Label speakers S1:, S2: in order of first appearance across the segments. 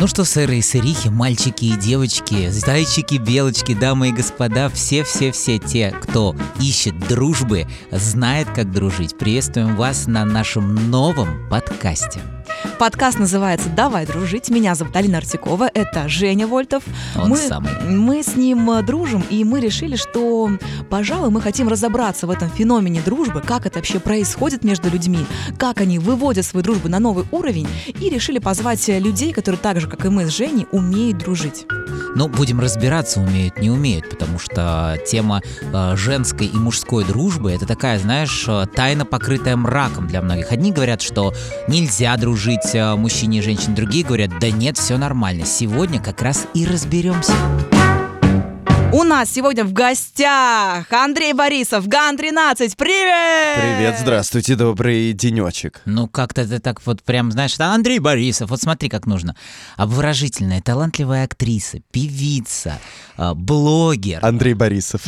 S1: Ну что, сыры и сырихи, мальчики и девочки, зайчики, белочки, дамы и господа, все-все-все те, кто ищет дружбы, знает, как дружить. Приветствуем вас на нашем новом подкасте.
S2: Подкаст называется «Давай дружить». Меня зовут Алина Артикова, это Женя Вольтов.
S1: Он
S2: мы,
S1: самый.
S2: мы с ним э, дружим, и мы решили, что, пожалуй, мы хотим разобраться в этом феномене дружбы, как это вообще происходит между людьми, как они выводят свою дружбу на новый уровень, и решили позвать э, людей, которые так же, как и мы с Женей, умеют дружить.
S1: Ну, будем разбираться, умеют, не умеют, потому что тема э, женской и мужской дружбы это такая, знаешь, э, тайна, покрытая мраком для многих. Одни говорят, что нельзя дружить э, мужчине и женщине, другие говорят, да нет, все нормально. Сегодня как раз и разберемся.
S2: У нас сегодня в гостях Андрей Борисов, ГАН-13. Привет!
S3: Привет, здравствуйте, добрый денечек.
S1: Ну, как-то ты так вот прям, знаешь, «А, Андрей Борисов, вот смотри, как нужно. Обворожительная, талантливая актриса, певица, э, блогер.
S3: Андрей Борисов.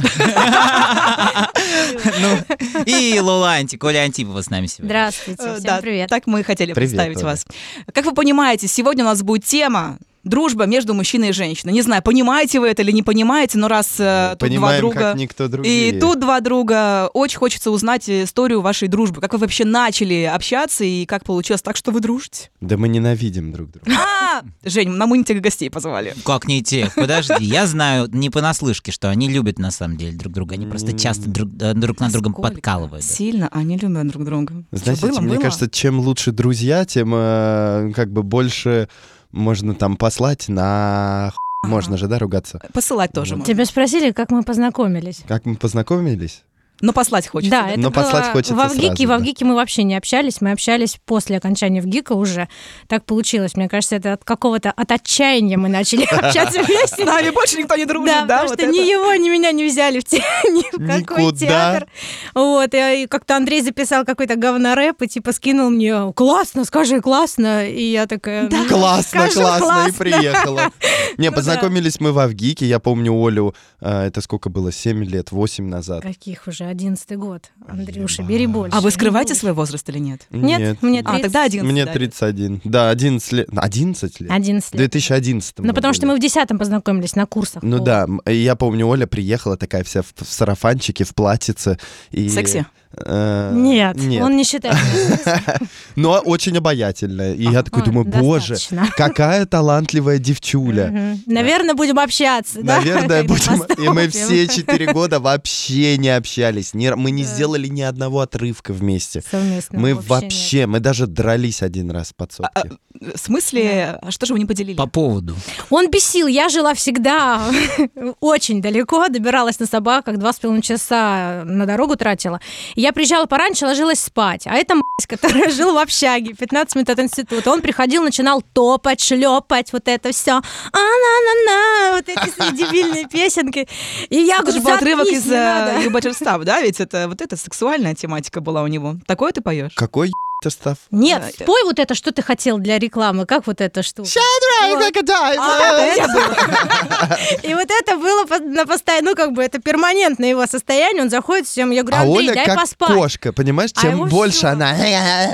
S1: Ну, и Лола Антик, Оля Антипова с нами сегодня.
S4: Здравствуйте,
S2: Э,
S4: всем
S2: да,
S4: привет.
S2: Так мы и хотели
S3: Привет,
S2: представить
S3: Оля.
S2: вас. Как вы понимаете, сегодня у нас будет тема дружба между мужчиной и женщиной. Не знаю, понимаете вы это или не понимаете, но раз э, тут два
S3: Ну, Понимаем,
S2: друга.
S3: как никто другие.
S2: И тут два друга. Очень хочется узнать историю вашей дружбы. Как вы вообще начали общаться и как получилось так, что вы дружите?
S3: Да мы ненавидим друг друга.
S2: А, Жень, нам мы не тех гостей позвали.
S1: Как не тех? Подожди, я знаю не понаслышке, что они любят на самом деле друг друга. Они просто часто друг, э, друг на другом
S4: Сколько?
S1: подкалывают.
S2: Сильно они любят друг друга. Что,
S3: Знаете,
S2: было,
S3: мне
S2: было?
S3: кажется, чем лучше друзья, тем э, как бы больше можно там послать на х**. Можно же, да, ругаться?
S2: Посылать тоже
S3: Вот.
S2: можно.
S4: Тебя спросили, как мы познакомились.
S3: Как мы познакомились?
S2: Но послать хочется.
S4: Да, это
S3: Но
S4: было
S3: послать хочется
S4: в Авгике.
S3: сразу,
S4: В
S3: да.
S4: Авгике мы вообще не общались, мы общались после окончания Авгика уже. Так получилось. Мне кажется, это от какого-то от отчаяния мы начали общаться
S2: С
S4: вместе.
S2: нами больше никто не дружит, да?
S4: Да, потому
S2: вот
S4: что
S2: это?
S4: ни его, ни меня не взяли в те- ни в какой
S3: Никуда.
S4: театр. Вот, и и как-то Андрей записал какой-то говнорэп и типа скинул мне «Классно, скажи, классно!» И я такая... «Ну,
S3: Классно,
S4: скажу,
S3: классно, и
S4: классно».
S3: приехала.
S2: Ну
S3: Не,
S4: да.
S3: познакомились мы в Авгике. Я помню Олю, э, это сколько было, 7 лет, 8 назад.
S4: Каких уже? Одиннадцатый год. Андрюша,
S3: Ебать.
S4: бери больше.
S2: А вы
S4: не
S2: скрываете
S4: будешь.
S2: свой возраст или нет?
S4: Нет, мне
S2: А, тогда
S4: 30.
S2: один.
S3: Мне 31. Да, 11 лет. 11 лет?
S4: 11 лет.
S3: 2011.
S4: Ну, потому что мы в 10 познакомились на курсах.
S3: Ну
S4: О.
S3: да, м, и я помню, Оля приехала такая вся в, в сарафанчике, в платьице. И,
S2: Секси?
S3: э,
S4: Нет,
S3: нет.
S4: он не считает.
S3: Но очень обаятельная. И я такой
S4: А,
S3: думаю, боже,
S4: достаточно.
S3: какая талантливая девчуля.
S4: Мгм. Наверное, будем общаться, да?
S3: Наверное,
S4: Когда
S3: будем... И мы
S4: поступим.
S3: все четыре года вообще не общались. ни р- Мы не сделали ни одного отрывка вместе.
S4: Совместно.
S3: Мы
S4: Ну, нет.
S3: вообще, мы даже дрались один раз в
S2: А,
S3: подсобке.
S2: В смысле, а что же вы не поделили?
S1: По поводу.
S4: Он бесил, я жила всегда очень далеко, добиралась на собаках, два с половиной часа на дорогу тратила. И Я приезжала пораньше, ложилась спать. А это мразь, который жил в общаге, 15 минут от института. Он приходил, начинал топать, шлепать, вот это все. А-на-на-на, вот эти свои дебильные песенки. И я
S2: Это же
S4: говорю,
S2: был отрывок
S4: «Заткнись,
S2: из э,
S4: не надо».
S2: Люба да? Ведь это вот эта сексуальная тематика была у него. Такое ты поешь?
S3: Какой еб***ь состав?
S2: Да,
S4: Нет,
S2: это-
S4: спой вот это, что ты хотел для рекламы, как вот эта штука. А,
S2: это было.
S4: И вот это было по- на постоянно, ну как бы это перманентное его состояние, он заходит всем, я говорю,
S3: А
S4: Андрей,
S3: Оля
S4: дай
S3: как
S4: поспать.
S3: кошка, понимаешь?
S4: А
S3: Чем
S4: ему
S3: больше
S4: всё.
S3: она,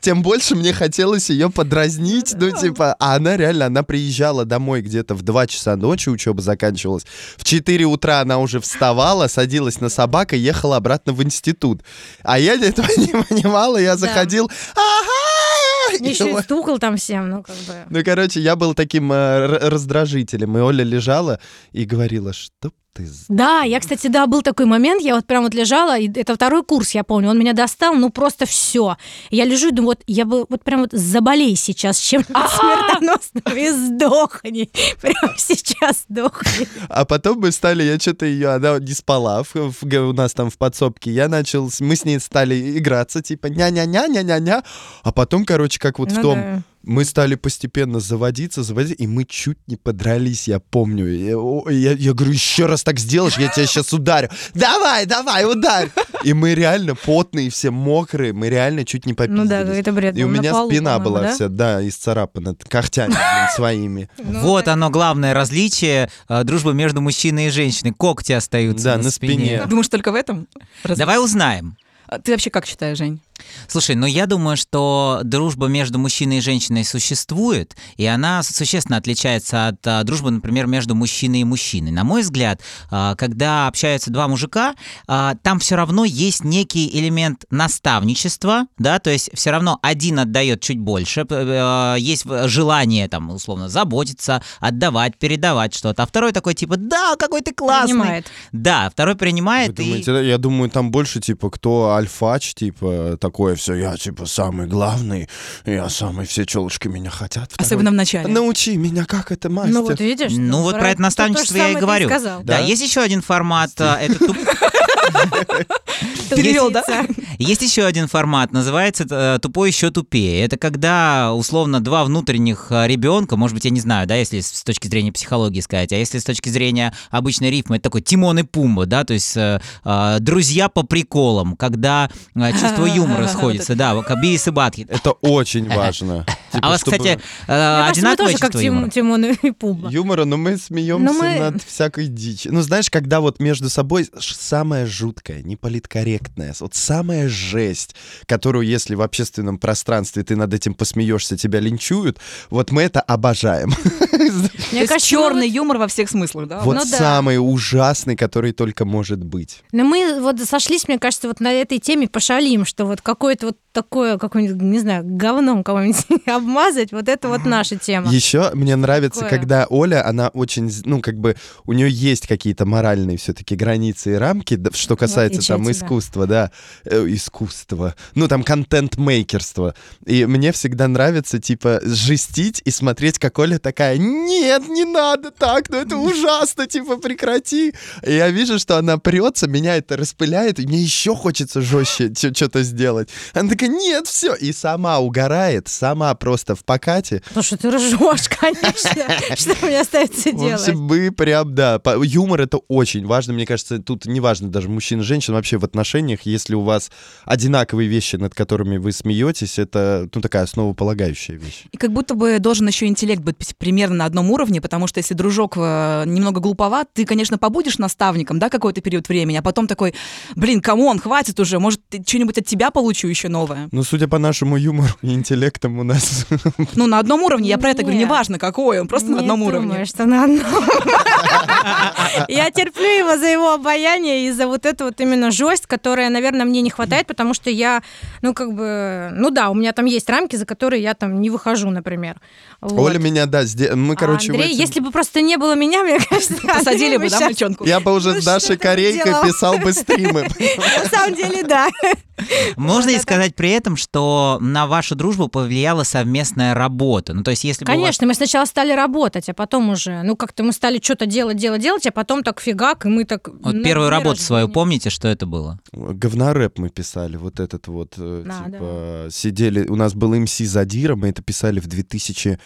S3: тем больше мне хотелось ее подразнить. Ну, типа, а она реально, она приезжала домой где-то в 2 часа ночи, учеба заканчивалась. В 4 утра она уже вставала, садилась на собак и ехала обратно в институт. А я этого не понимала, я заходил, ага! И
S4: Еще и
S3: вот.
S4: стукал там всем, ну как бы.
S3: Ну, короче, я был таким э, р- раздражителем, и Оля лежала и говорила, что ты... з-».
S4: Да, я, кстати, да, был такой момент, я вот прям вот лежала, и это второй курс, я помню, он меня достал, ну просто все. Я лежу и думаю, вот я бы вот прям вот заболей сейчас чем-нибудь смертоносным и сдохни. Прямо сейчас сдохни.
S3: А потом мы стали, я что-то ее, она не спала в- в- г- у нас там в подсобке. Я начал, с- мы с ней стали играться, типа ня-ня-ня-ня-ня-ня. А потом, короче, как вот в
S4: Ну
S3: том,
S4: да.
S3: мы стали постепенно заводиться, заводиться, и мы чуть не подрались, я помню. Я, о, я- я говорю, еще раз так сделаешь, я тебя сейчас ударю. Давай, давай, ударь. И мы реально потные, все мокрые, мы реально чуть не попиздились.
S4: Ну да, это бред.
S3: И у
S4: был, на
S3: меня
S4: полу,
S3: спина
S4: по-моему,
S3: была
S4: да?
S3: вся, да, исцарапана когтями блин, своими.
S4: Ну,
S1: вот оно главное различие э, дружбы между мужчиной и женщиной. Когти остаются
S3: Да,
S1: на,
S3: на спине.
S2: Думаешь, только в этом? Раз-
S1: Давай узнаем.
S2: А Ты вообще как считаешь, Жень?
S1: Слушай, ну я думаю, что дружба между мужчиной и женщиной существует, и она существенно отличается от а, дружбы, например, между мужчиной и мужчиной. На мой взгляд, а, когда общаются два мужика, а, там все равно есть некий элемент наставничества, да, то есть все равно один отдает чуть больше, п- э, есть в- желание там, условно, заботиться, отдавать, передавать что-то, а второй такой типа, да, какой ты классный.
S4: Понимает.
S1: Да, второй принимает
S3: Вы
S1: и...
S3: думаете, да? Я думаю, там больше, типа, кто альфач, типа, такое все, я, типа, самый главный, я самый, все челочки меня хотят. Второй,
S2: Особенно в начале.
S3: Научи меня, как это, мастер.
S4: Ну вот видишь.
S1: Ну вот про это наставничество я и говорю.
S4: Сказал.
S1: Да,
S3: Да?
S1: есть еще один формат. а, Это туп-
S2: Перевел,
S1: А,
S2: да?
S1: Есть еще один формат, называется э, «Тупой еще тупее». Это когда, условно, два внутренних э, ребенка, может быть, я не знаю, да, если с с точки зрения психологии сказать, а если с точки зрения обычной рифмы, это такой Тимон и Пумба, да, то есть э, э, друзья по приколам, когда э, чувство юмора сходится, да, Каби и Сыбатки.
S3: Это очень важно. Типа,
S1: А у вас,
S3: чтобы-
S1: кстати, э,
S4: Мне кажется, мы
S1: одинаковое
S4: тоже как
S1: чувство юмора?
S4: Тим- Тимон и Пумба.
S3: Юмора, но мы смеемся
S4: Но мы-
S3: над всякой дичью. Ну, знаешь, когда вот между собой ш- самое жуткое, неполиткорректное, вот самая жесть, которую, если в общественном пространстве ты над этим посмеешься, тебя линчуют, вот мы это обожаем.
S4: Мне ну
S2: То есть
S4: мы вот-
S2: черный юмор во всех смыслах, да?
S3: Вот
S4: Ну да.
S3: самый ужасный, который только может быть.
S4: Но мы вот сошлись, мне кажется, вот на этой теме пошалим, что вот какое-то вот такое, какое-нибудь, не знаю, говном кого-нибудь обмазать, вот это вот наша тема.
S3: Еще мне нравится,
S4: Такое.
S3: когда Оля, она очень, з- ну, как бы, у нее есть какие-то моральные все-таки границы и рамки, да, что касается
S4: Ну, отличие
S3: там
S4: от тебя.
S3: искусства, да, Э, искусства, ну, там, контент-мейкерства. И мне всегда нравится, типа, жестить и смотреть, как Оля такая, нет, не надо так, ну, это ужасно, типа, прекрати. И я вижу, что она прется, меня это распыляет, и мне еще хочется жестче что-то сделать. Она такая, нет, все, и сама угорает, сама просто в покате,
S4: Потому что ты ржешь, конечно. Что мне остается
S3: В
S4: делать?
S3: общем, мы прям, да, по- юмор это очень важно, мне кажется, тут не важно даже мужчин и женщин, вообще в отношениях, если у вас одинаковые вещи, над которыми вы смеетесь, это, ну, такая основополагающая вещь.
S2: И как будто бы должен еще интеллект быть примерно на одном уровне, потому что если дружок э, немного глуповат, ты, конечно, побудешь наставником, да, какой-то период времени, а потом такой, блин, камон, хватит уже, может, ты- что-нибудь от тебя получу еще новое.
S3: Ну, судя по нашему юмору и интеллектам у нас...
S2: Ну, на одном уровне, я про это говорю,
S4: Не.
S2: неважно какой, он просто на
S4: Не
S2: одном
S4: думаю,
S2: уровне.
S4: что на одном. Я терплю его за его обаяние и за вот эту вот именно жесть, которая, наверное, мне не хватает, потому что я, ну, как бы, ну да, у меня там есть рамки, за которые я там не выхожу, например. Вот.
S3: Оля меня, да, сде- мы,
S4: А
S3: короче... в
S4: Андрей,
S3: этим-
S4: если бы просто не было меня, мне кажется,
S2: Посадили
S4: Андрей
S2: бы, да,
S4: щас-
S2: мальчонку?
S3: Я бы
S4: Ну,
S3: уже с
S4: что
S3: Дашей
S4: ты делал?
S3: Корейкой писал бы стримы.
S4: На самом деле, да.
S1: Можно и сказать при этом, что на вашу дружбу повлияла совместная работа. Ну, то есть, если бы у вас
S4: Конечно, мы сначала стали работать, а потом уже, ну, как-то мы стали что-то делать, делать, делать, а потом так фигак, и мы так...
S1: Вот
S4: на
S1: первую
S4: дне
S1: работу свою
S4: рождения.
S1: помните, что это было?
S3: Говнорэп мы писали, вот этот вот, э,
S4: Да,
S3: типа, сидели, у нас был МС Задира, мы это писали в 2015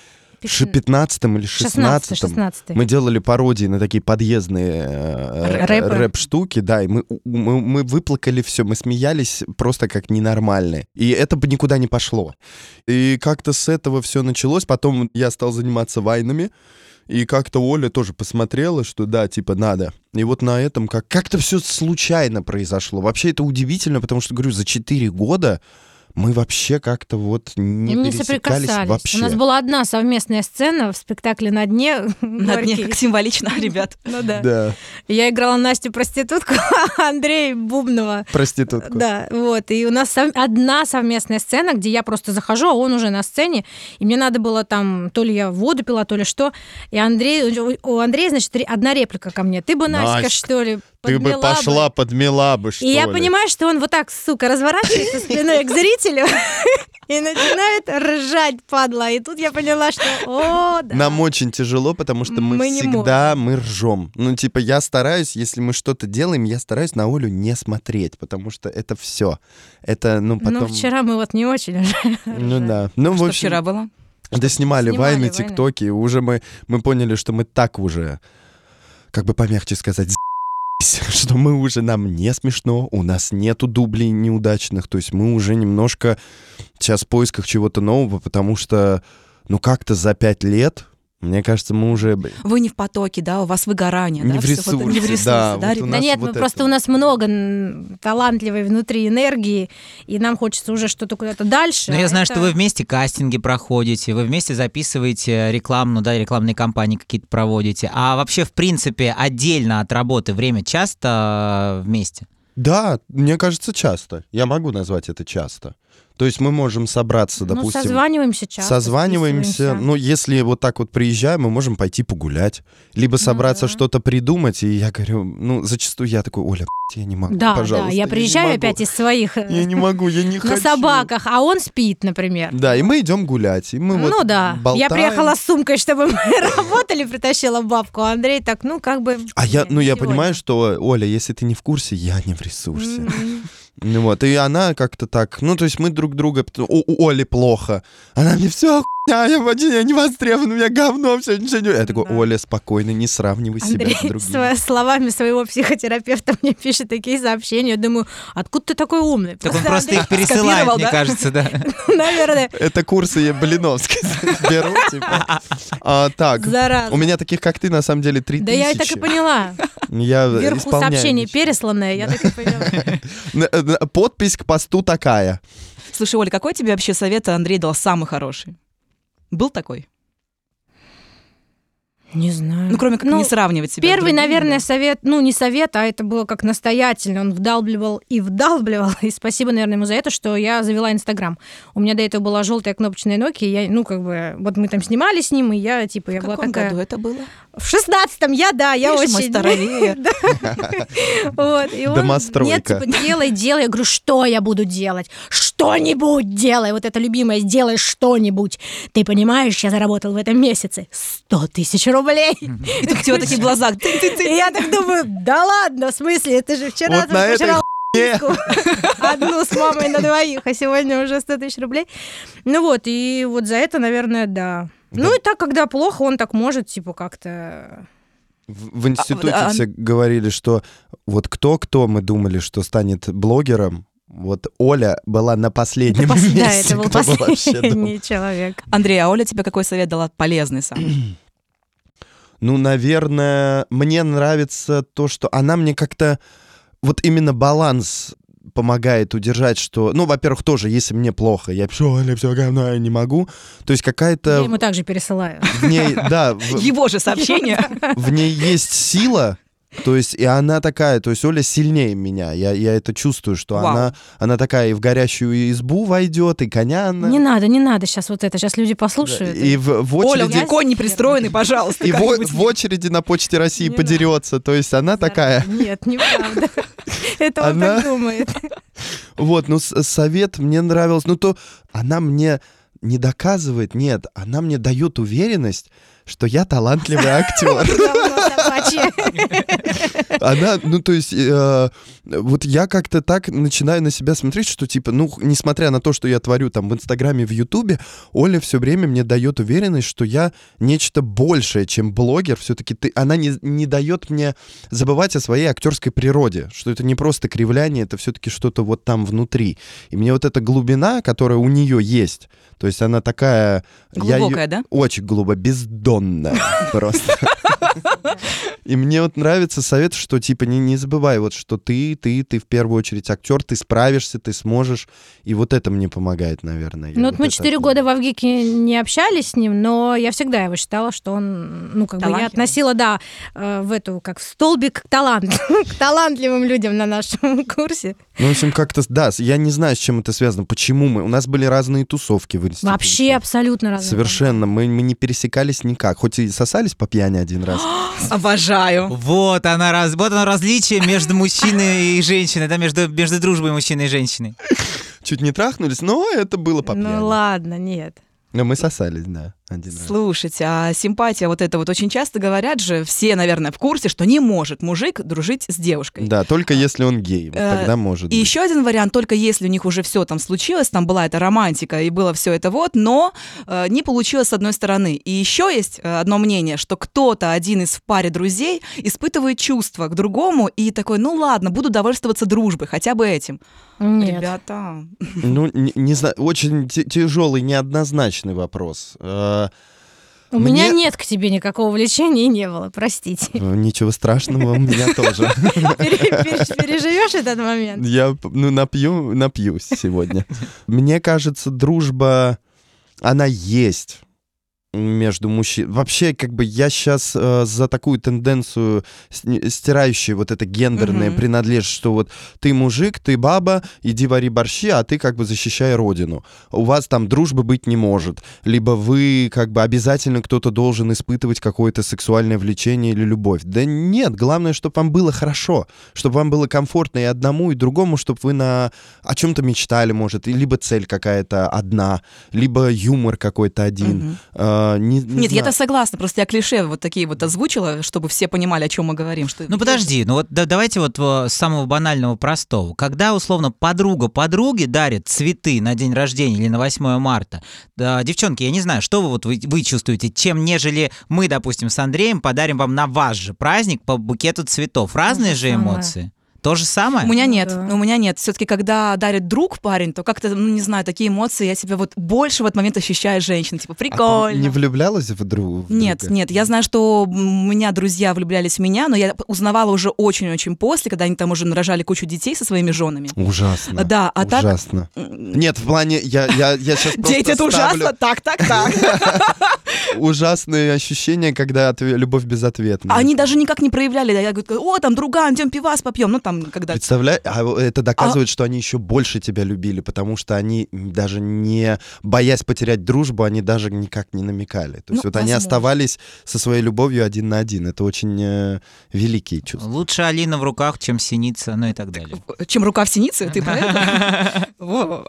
S3: или
S4: 16
S3: 16
S4: 16
S3: Мы делали пародии на такие подъездные э,
S4: Рэпы.
S3: рэп-штуки, да, и мы, мы, мы выплакали все, мы смеялись просто как ненормальные. И это бы никуда не пошло. И как-то с этого все началось. Потом я стал заниматься вайнами, и как-то Оля тоже посмотрела, что да, типа надо. И вот на этом как- как-то все случайно произошло. Вообще это удивительно, потому что, говорю, за 4 года мы вообще как-то вот не, пересекались вообще.
S4: У нас была одна совместная сцена в спектакле «На дне».
S2: На дне,
S4: Горький.
S2: как символично, ребят.
S4: Ну да.
S3: Да,
S4: Я играла Настю проститутку, а Андрей Бубнова.
S3: проститутку.
S4: Да, вот. И у нас сов- одна совместная сцена, где я просто захожу, а он уже на сцене. И мне надо было там, то ли я воду пила, то ли что. И Андрей, у- у Андрея, значит, ре- одна реплика ко мне. Ты бы, Настя,
S3: Настя,
S4: что ли,
S3: Ты бы
S4: подмела
S3: пошла, подмела бы, что
S4: И я
S3: ли.
S4: понимаю, что он вот так, сука, разворачивается спиной к зрителю и начинает ржать, падла. И тут я поняла, что о, да.
S3: Нам очень тяжело, потому что мы,
S4: Мы не
S3: всегда мы ржем. Ну, типа, я стараюсь, если мы что-то делаем, я стараюсь на Олю не смотреть, потому что это все. Это, ну, потом...
S4: Ну, вчера А мы вот не очень уже.
S3: Ну, да. Ну, в
S2: Что
S3: общем,
S2: вчера было?
S3: да, снимали,
S4: Снимали
S3: вайны,
S4: вайны.
S3: тиктоки, и уже мы, мы поняли, что мы так уже, как бы помягче сказать, за***ись, что мы уже, нам не смешно, у нас нету дублей неудачных, то есть мы уже немножко сейчас в поисках чего-то нового, потому что, ну, как-то за пять лет Мне кажется, мы уже... блин,
S2: Вы не в потоке, да, у вас выгорание,
S3: Не
S2: да,
S3: в
S2: всё вот это- не в
S3: ресурсе,
S2: ресурсе,
S3: да, вот
S2: ребят?
S3: у
S4: Да
S3: нас
S4: нет,
S3: вот
S4: ну просто
S3: это.
S4: у нас много м, талантливой внутри энергии, и нам хочется уже что-то куда-то дальше.
S1: Но
S4: а
S1: Ну, я знаю,
S4: это-
S1: что вы вместе кастинги проходите, вы вместе записываете рекламу, да, рекламные кампании какие-то проводите. А вообще, в принципе, отдельно от работы время часто э, вместе?
S3: Да, мне кажется, часто. Я могу назвать это часто. То есть мы можем собраться,
S4: Ну,
S3: допустим...
S4: созваниваемся часто.
S3: созваниваемся.
S4: списываемся.
S3: Ну, если вот так вот приезжаем, мы можем пойти погулять. Либо собраться
S4: Ну да.
S3: что-то придумать. И я говорю, ну, зачастую я такой, Оля, б***ь, я не могу,
S4: да,
S3: пожалуйста.
S4: да, я
S3: не
S4: приезжаю
S3: могу.
S4: опять из своих э,
S3: Я не могу, я не
S4: на
S3: хочу.
S4: собаках, а он спит, например.
S3: Да, и мы идем гулять. И мы вот
S4: ну да, я
S3: болтаем.
S4: приехала с сумкой, чтобы мы работали, притащила бабку. А Андрей так, ну как бы...
S3: А я,
S4: нет,
S3: ну, я
S4: сегодня.
S3: понимаю, что, Оля, если ты не в курсе, я не в ресурсе.
S4: М,
S3: Ну Вот, и она как-то так, ну, то есть мы друг друга, у, у Оли плохо, она мне все, я вообще я не востребован, у меня говно, все, ничего не... Я такой,
S4: Да.
S3: Оля, спокойно, не сравнивай
S4: Андрей
S3: себя с другими.
S4: сво- словами своего психотерапевта мне пишет такие сообщения. Я думаю, откуда ты такой умный?
S1: Так он просто
S4: Просто
S1: их пересылает,
S2: скопировал,
S1: мне
S2: да?
S1: кажется, да.
S4: Андрей, наверное,
S3: Это курсы я Блиновской беру, типа. А, так,
S4: зараза.
S3: у меня таких, как ты, на самом деле, три
S4: Да я и так и
S3: тысячи.
S4: поняла.
S3: Я
S4: Вверху
S3: исполняю
S4: сообщение
S3: мечту.
S4: пересланное, я так и поняла.
S3: Н- н- Подпись к посту такая.
S2: Слушай, Оля, какой тебе вообще совет Андрей дал самый хороший? Был такой?
S4: Не знаю.
S2: Ну, кроме как не сравнивать себя. с
S4: Первый,
S2: другими,
S4: наверное, совет, ну, не совет, а это было как настоятельно. Он вдалбливал и вдалбливал. И спасибо, наверное, ему за это, что я завела Инстаграм. У меня до этого была желтая кнопочная Nokia. и Я, ну, как бы, вот мы там снимали с ним, и я, типа, я
S2: В
S4: была
S2: каком
S4: такая...
S2: году это было?
S4: В шестнадцатом, я, да, я
S2: Видишь, мой
S4: очень...
S2: старовер.
S4: Вот, и он,
S3: Домостройка.
S4: Нет, типа, делай, делай. Я говорю, что я буду делать? Что-нибудь делай. Вот это любимое, сделай что-нибудь. Ты понимаешь, я заработал в этом месяце 100 тысяч рублей.
S2: И тут у тебя такие глаза. «Тынь-тынь-тынь».
S4: И я так думаю, да ладно, в смысле, ты же вчера
S3: Вот
S4: там
S3: на этой
S4: пожрал
S3: хуйне.
S4: пи***ку. одну с мамой на двоих, а сегодня уже 100 тысяч рублей. Ну вот, и вот за это, наверное, да. Ну и так, когда плохо, он так может, типа, как-то...
S3: В в институте
S2: а-
S3: все говорили, что вот кто-кто мы думали, что станет блогером, вот Оля была на последнем месте.
S4: Да, это был
S3: кто вообще думал.
S4: последний человек.
S2: Андрей, а Оля тебе какой совет дала полезный сам?
S3: Ну, наверное, мне нравится то, что она мне как-то вот именно баланс помогает удержать, что, ну, во-первых, тоже, если мне плохо, я пишу, Оля, все говно, я не могу. То есть
S4: Я
S3: какая-то
S4: ему также пересылаю.
S3: в ней, да, в,
S2: Его же сообщение.
S3: в ней есть сила, то есть, и она такая, то есть Оля сильнее меня, я, я это чувствую, что
S2: Вау.
S3: она, она такая и в горящую избу войдет, и коня она...
S4: Не надо, не надо сейчас вот это, сейчас люди послушают.
S3: и в, в
S2: Оля, у
S3: очереди...
S2: тебя конь не пристроенный, пожалуйста.
S3: и в,
S2: как-нибудь.
S3: в очереди на почте России
S4: Не
S3: подерется. То есть она такая.
S4: Нет, неправда. Это он
S3: Она-
S4: так думает.
S3: Вот, ну с- совет мне нравился. Ну то она мне не доказывает, нет, она мне дает уверенность, что я талантливый актер.
S4: Говно собачье.
S3: Она, ну то есть, э, вот я как-то так начинаю на себя смотреть, что типа, ну, несмотря на то, что я творю там в Инстаграме, в Ютубе, Оля все время мне дает уверенность, что я нечто большее, чем блогер. Все-таки ты, она не, не дает мне забывать о своей актерской природе, что это не просто кривляние, это все-таки что-то вот там внутри. И мне вот эта глубина, которая у нее есть, то есть она такая... я её-
S2: Глубокая, да?
S3: очень глубо, бездонно просто. И мне вот нравится совет, что типа не, не забывай, вот что ты, ты, ты в первую очередь актер, ты справишься, ты сможешь. И вот это мне помогает, наверное. Я
S4: Ну вот мы
S3: это
S4: четыре
S3: оцениваю.
S4: года в Авгике не общались с ним, но я всегда его считала, что он, ну как бы я
S2: Талантливый.
S4: относила, да, э, в эту, как в столбик к талант, к талантливым людям на нашем курсе.
S3: Ну, в общем, как-то, да, с- я не знаю, с чем это связано, почему мы... У нас были разные тусовки в институте.
S4: Вообще абсолютно разные.
S3: Совершенно, мы, мы не пересекались никак, хоть и сосались по пьяни один раз.
S2: Обожаю.
S1: Вот, она раз, вот оно различие между мужчиной и женщиной, да, между, между дружбой мужчины и женщины.
S3: Чуть не трахнулись, но это было по пьяни.
S4: Ну ладно, нет.
S3: Но мы сосались, да, один раз.
S2: Слушайте, а симпатия вот это вот очень часто говорят же, все, наверное, в курсе, что не может мужик дружить с девушкой.
S3: Да,
S4: а,
S3: только если он гей, вот
S2: Э,
S3: тогда может
S2: И
S3: быть.
S2: еще один вариант, только если у них уже все там случилось, там была эта романтика и было все это вот, но э, не получилось с одной стороны. И еще есть э, одно мнение, что кто-то один из в паре друзей испытывает чувства к другому и такой, ну ладно, буду довольствоваться дружбой, хотя бы этим.
S4: Нет.
S2: Ребята,
S3: Ну, не, не знаю, очень тяжелый, неоднозначный вопрос. Э,
S4: У
S3: Мне-
S4: меня нет к тебе никакого влечения и не было, простите.
S3: Э, Ничего страшного, у меня тоже.
S4: Пере- пере- Переживешь этот момент?
S3: Я, ну, напью, напьюсь сегодня. Мне кажется, дружба, она есть между мужчин. Вообще, как бы я сейчас за такую тенденцию, сни- стирающую вот это гендерное
S2: Мгм.
S3: принадлежность, что вот ты мужик, ты баба, иди вари борщи, а ты как бы защищай родину. У вас там дружбы быть не может. Либо вы как бы обязательно кто-то должен испытывать какое-то сексуальное влечение или любовь. Да нет, главное, чтобы вам было хорошо чтобы вам было комфортно и одному, и другому, чтобы вы на о чем-то мечтали, может, и либо цель какая-то одна, либо юмор какой-то один.
S2: Мгм.
S3: А, не- не
S2: Нет,
S3: знаю.
S2: я-то согласна, просто я клише вот такие вот озвучила, чтобы все понимали, о чем мы говорим. Что...
S1: Ну подожди, ну вот да- давайте вот э, с самого банального простого. Когда, условно, подруга подруге дарит цветы на день рождения или на 8 марта, да, девчонки, я не знаю, что вы вот вы, вы чувствуете, чем нежели мы, допустим, с Андреем подарим вам на ваш же праздник по букету цветов. Разные
S4: же
S1: же
S4: самое.
S1: эмоции. То же самое?
S2: У меня
S4: Ну
S2: нет,
S4: да.
S2: у меня нет. Все-таки, когда дарит друг парень, то как-то, ну, не знаю, такие эмоции я себя вот больше в этот момент ощущаю женщина. Типа,
S3: А ты не
S2: прикольно.
S3: влюблялась в друг- в друга?
S2: Нет, нет, я знаю, что м, у меня друзья влюблялись в меня, но я узнавала уже очень-очень после, когда они там уже нарожали кучу детей со своими женами.
S3: Ужасно.
S2: Да, а так...
S3: ужасно.
S2: м,
S3: Нет, в плане, я, я, я сейчас просто
S2: Дети, это
S3: ставлю
S2: ужасно, так, так, так.
S3: ужасные ощущения, когда отве- любовь безответна.
S2: А Они даже никак не проявляли. Я говорю, о, там друган, идем пивас попьем. Ну, там, когда...
S3: Представляешь, а это доказывает,
S4: А.
S3: что они еще больше тебя любили, потому что они даже не боясь потерять дружбу, они даже никак не намекали. То есть
S2: Ну,
S3: вот они
S2: возможно.
S3: оставались со своей любовью один на один. Это очень э, великие чувства.
S1: Лучше Алина в руках, чем синица, ну и так далее.
S2: Чем рука в синице, ты про это? Во.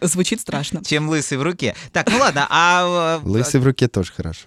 S2: Звучит страшно.
S1: Чем лысый в руке. Так, ну ладно, а... э,
S3: Лысый в руке тоже хорошо.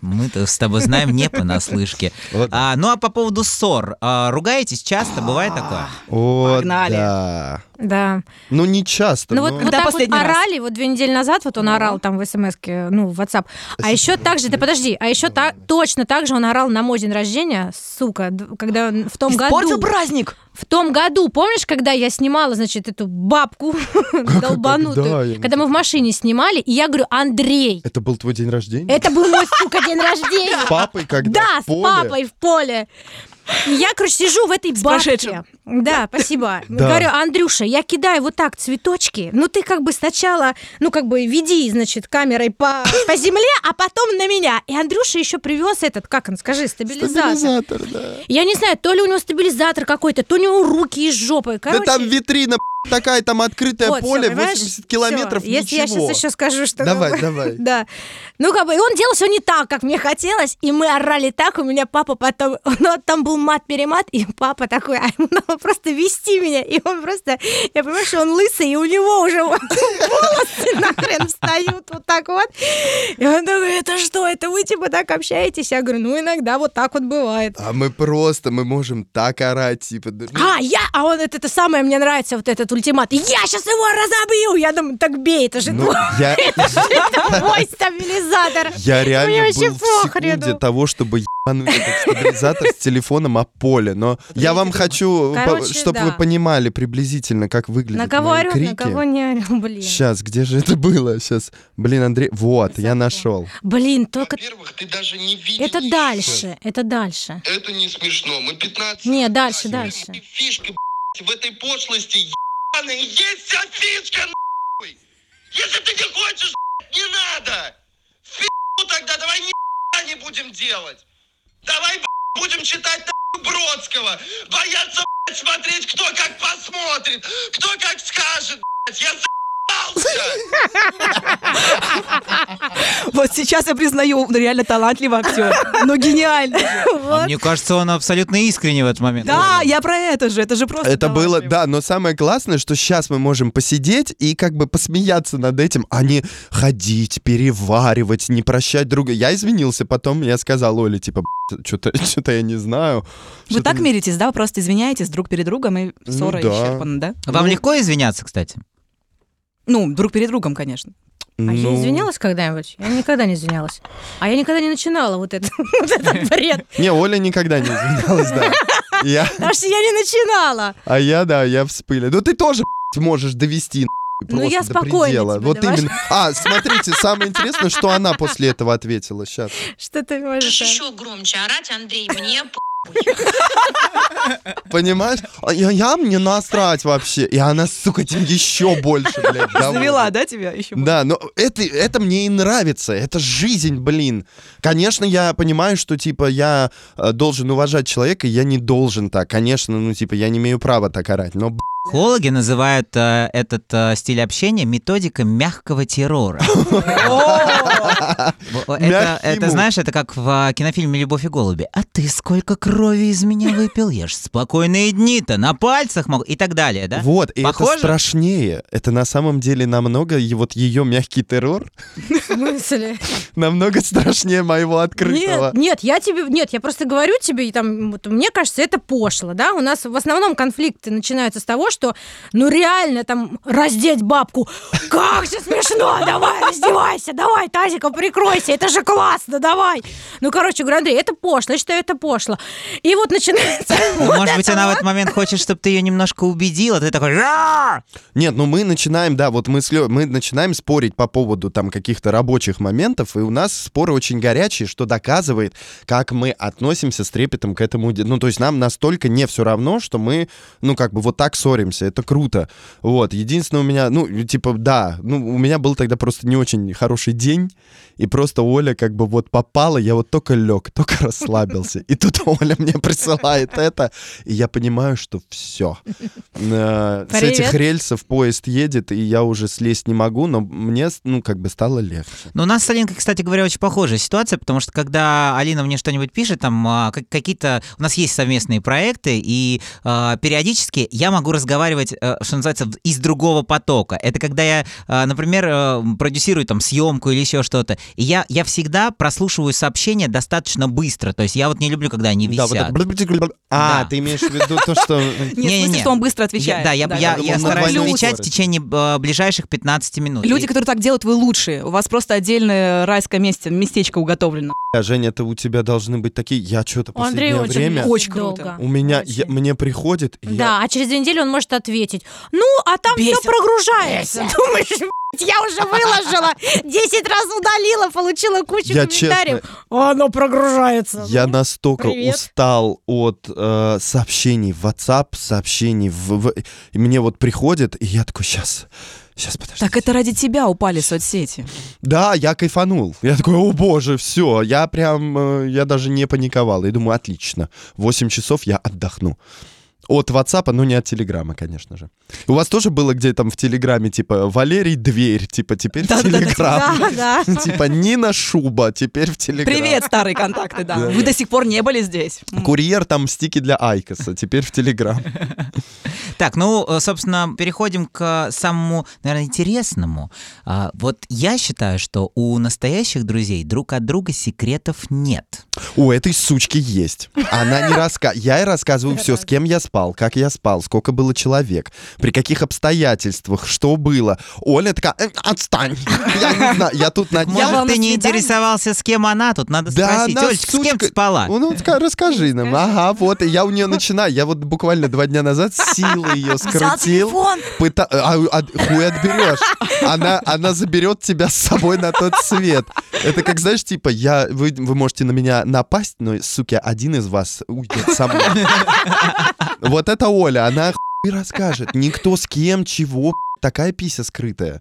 S1: Мы-то с тобой знаем не понаслышке.
S3: Вот.
S1: А, ну а по поводу ссор. А, ругаетесь часто? Бывает такое?
S3: Вот,
S2: Погнали.
S3: да.
S4: Да.
S3: Ну не часто.
S4: Ну вот,
S3: но-
S4: вот
S2: Когда
S4: так вот
S2: последний раз?
S4: орали, вот две недели назад вот он
S2: Ну.
S4: орал там в смс ну, в WhatsApp. А еще так же, ты подожди, а еще так, точно так же он орал на мой день рождения, сука, д- когда он в том
S2: Испортил
S4: году...
S2: праздник!
S4: В том году, помнишь, когда я снимала, значит, эту бабку
S3: когда? Я не
S4: долбанутую? Когда мы в машине снимали, и я говорю, Андрей,
S3: Это был твой день рождения?
S4: это был мой, сука, день рождения.
S3: С папой когда?
S4: Да,
S3: в
S4: с
S3: поле?
S4: папой в поле. И я, короче, сижу в этой бабке.
S2: прошедшим.
S4: Да, спасибо.
S3: Да.
S4: Говорю, Андрюша, я кидаю вот так цветочки. Ну ты как бы сначала, ну как бы веди, значит, камерой по, по земле, а потом на меня. И Андрюша еще привез этот, как он, скажи, стабилизатор.
S3: Стабилизатор, да.
S4: Я не знаю, то ли у него стабилизатор какой-то, то у него руки из жопы. Короче,
S3: Да там витрина п***, такая, там открытое
S4: вот, всё,
S3: поле,
S4: понимаешь?
S3: 80 километров,
S4: Всё. Если я
S3: ничего.
S4: сейчас еще скажу, что...
S3: Давай, давай.
S4: Да. Ну, как бы, и он делал все не так, как мне хотелось, и мы орали так, у меня папа потом... Ну, там был мат-перемат, и папа такой, а ему надо просто вести меня, и он просто... Я понимаю, что он лысый, и у него уже вот волосы нахрен встают вот так вот. И он такой, это что, это вы типа так общаетесь? Я говорю, ну, иногда вот так вот бывает.
S3: А мы просто, мы можем так орать, типа... ну,
S4: А, я, а он это, это самое, мне нравится вот этот ультимат. Я сейчас его разобью! Я думаю, так бей, это же
S3: ну,
S4: твой
S3: я,
S4: это мой стабилизатор.
S3: я реально
S4: вообще
S3: был в
S4: похрену.
S3: секунде того, чтобы ебануть этот стабилизатор с телефоном о поле. Но я вам хочу,
S4: Короче,
S3: чтобы
S4: да.
S3: вы понимали приблизительно, как выглядят
S4: На кого
S3: мои
S4: орёт,
S3: крики.
S4: на кого не орёт, блин.
S3: Сейчас, где же это было? Сейчас, блин, Андрей, вот, я нашел.
S4: Блин, только
S5: Во-первых, ты даже не видел.
S4: это
S5: ничего.
S4: дальше, это дальше.
S5: Это не смешно. Мы 15
S4: Не, дальше,
S5: лет.
S4: дальше.
S5: И Фишка, б***ь, в этой пошлости, ебаный. Есть вся фишка, нахуй. Если ты не хочешь, б***ь, не надо. Фигу тогда давай ни хуя не будем делать. Давай, б***ь, будем читать нахуй, Бродского. Бояться, б***ь, смотреть, кто как посмотрит, кто как скажет, б***ь. Я за***ался.
S2: Вот сейчас я признаю, реально талантливый актер. Но гениально.
S1: А мне кажется, он абсолютно искренне в этот момент.
S2: Да, я про это же, это же просто...
S3: Это было,
S2: талантливо.
S3: да, но самое классное, что сейчас мы можем посидеть и как бы посмеяться над этим, а не ходить, переваривать, не прощать друга. Я извинился потом, я сказал Оле, типа, что-то я не знаю.
S2: Вы
S3: чё-то
S2: так
S3: не-
S2: миритесь, да? Вы просто извиняетесь друг перед другом, и
S3: Ну
S2: ссора
S3: да.
S2: исчерпана, да?
S1: Вам
S3: Ну.
S1: легко извиняться, кстати?
S2: Ну, друг перед другом, конечно.
S4: А я
S3: Ну,
S4: извинялась когда-нибудь? Я никогда не извинялась. А я никогда не начинала вот это- вот этот бред.
S3: Не, Оля никогда не извинялась, да. Я,
S4: Потому что я не начинала.
S3: а я, да, я вспылил. Ну ты тоже, б***ь, можешь довести
S4: Ну, я
S3: просто до
S4: спокойно
S3: предела.
S4: тебе,
S3: вот
S4: давай.
S3: именно. А, смотрите, самое интересное, что она после этого ответила. Сейчас.
S4: Что ты
S6: Можешь
S4: можешь... а?
S6: еще громче орать, Андрей, мне
S3: Понимаешь? А Я, я мне насрать вообще. И она, сука, этим еще больше, блядь, доводит.
S2: Завела, да, тебя еще?
S3: Да, но это, это мне и нравится, это жизнь, блин. Конечно, я понимаю, что, типа, я э, должен уважать человека, и я не должен так. Конечно, ну, типа, я не имею права так орать, но, б***ь,
S1: Психологи называют э, этот э, стиль общения методика мягкого террора. В- Это,
S3: Мягкий
S1: это,
S3: мув.
S1: знаешь, это как в э, кинофильме «Любовь и голуби». А ты сколько крови из меня выпил? Я ж спокойные дни-то на пальцах могу. И так далее, да?
S3: вот, и
S1: Похоже?
S3: это страшнее. Это на самом деле намного, и вот ее мягкий террор
S4: В смысле?
S3: намного страшнее моего открытого.
S4: Нет, нет, я тебе, нет, я просто говорю тебе, и там, вот мне кажется, это пошло, да, у нас в основном конфликты начинаются с того, что, ну реально там раздеть бабку, как же смешно, давай раздевайся, давай тазиком прикройся, это же классно, давай. Ну, короче, говорю, Андрей, это пошло, я считаю, это пошло. И вот начинается
S1: Ну,
S4: вот
S1: Может быть,
S4: это
S1: она в
S4: вот.
S1: этот момент хочет, чтобы ты ее немножко убедила. Ты такой... «Ра!»
S3: Нет, ну мы начинаем, да, вот мы, с Лё- мы начинаем спорить по поводу там каких-то рабочих моментов, и у нас споры очень горячие, что доказывает, как мы относимся с трепетом к этому. де- Ну, то есть нам настолько не все равно, что мы, ну, как бы вот так ссоримся, это круто. Вот, единственное у меня, ну, типа, да, ну, у меня был тогда просто не очень хороший день, и просто Оля как бы вот попала, я вот только лег, только расслабился. И тут Оля мне присылает это, и я понимаю, что все. С этих
S4: Привет.
S3: рельсов поезд едет, и я уже слезть не могу, но мне, ну, как бы стало легче.
S1: Ну, у нас с Алинкой, кстати говоря, очень похожая ситуация, потому что когда Алина мне что-нибудь пишет, там а, как- какие-то... У нас есть совместные проекты, и а, периодически я могу разговаривать, э, что называется, в- из другого потока. Это когда я, а, например, э, продюсирую там съемку или еще что-то, и я, я всегда прослушиваю сообщения достаточно быстро. То есть я вот не люблю, когда они
S3: Да,
S1: висят.
S3: вот это блб-блб-блб. А,
S1: Да.
S3: ты имеешь в виду то, что... э,
S2: Нет, в
S1: Не-не-не.
S2: смысле, что он быстро
S1: Я-
S2: отвечает.
S1: да, я, я-
S3: я
S1: я
S3: думал, на
S1: стараюсь
S3: двойную
S1: отвечать в
S3: скорость.
S1: течение э, ближайших 15 минут.
S2: Люди,
S1: И-
S2: которые так делают, вы лучшие. У вас просто отдельное райское месте, местечко уготовлено.
S3: А, Женя, это у тебя должны быть такие... Я что-то
S4: У
S3: последнее
S4: Андрея очень
S3: время...
S2: Очень круто.
S4: долго.
S3: У меня...
S4: Очень.
S3: я- Мне приходит... и я-
S4: Да, а через две недели он может ответить. Ну, а там
S2: Бесит.
S4: все прогружается. Думаешь, «Блядь, я уже выложила, 10 раз удалила, получила кучу
S3: Я
S4: комментариев. А оно прогружается.
S3: Я настолько
S4: привет.
S3: устал от э, сообщений в WhatsApp, сообщений в, в- и мне вот приходит, и я такой, сейчас, сейчас подожди.
S2: Так это ради тебя упали соцсети.
S3: Да, я кайфанул. Я такой, о боже, все, я прям, э, я даже не паниковал. И думаю, отлично, 8 часов я отдохну. От WhatsApp, но не от Телеграма, конечно же. У вас тоже было где там в Телеграме, типа, Валерий дверь, типа, теперь в Телеграм.
S4: Да, да.
S3: Типа, Нина шуба, теперь в Телеграм.
S2: Привет, старые контакты, да.
S3: Да.
S2: Вы до сих пор не были здесь. М.
S3: Курьер там стики для Айкоса, теперь в Телеграм.
S1: Так, ну, э, собственно, переходим к самому, наверное, интересному. А, Вот я считаю, что у настоящих друзей друг от друга секретов нет.
S3: У этой сучки есть. Она не раска... Я ей рассказываю все, с кем я спал, как я спал, сколько было человек, при каких обстоятельствах, что было. Оля такая, «Э, отстань. Я, не знаю, я тут на...
S2: Я была
S1: Может,
S2: на
S1: ты не
S2: свидании.
S1: интересовался, с кем она тут? Надо
S3: Да
S1: спросить.
S3: она
S1: Олечка, с кем
S3: сучка.
S1: ты спала?
S3: Ну, такая, расскажи нам. Ага, вот, и я у нее начинаю. Я вот буквально два дня назад силы ее скрутил.
S4: телефон.
S3: Пыта- а, а, хуй отберешь. Она, она заберет тебя с собой на тот свет. Это как, знаешь, типа, я, вы, вы можете на меня напасть, но, суки, один из вас уйдет со мной. Вот это Оля, она хуй расскажет. Никто с кем, чего, такая пися скрытая.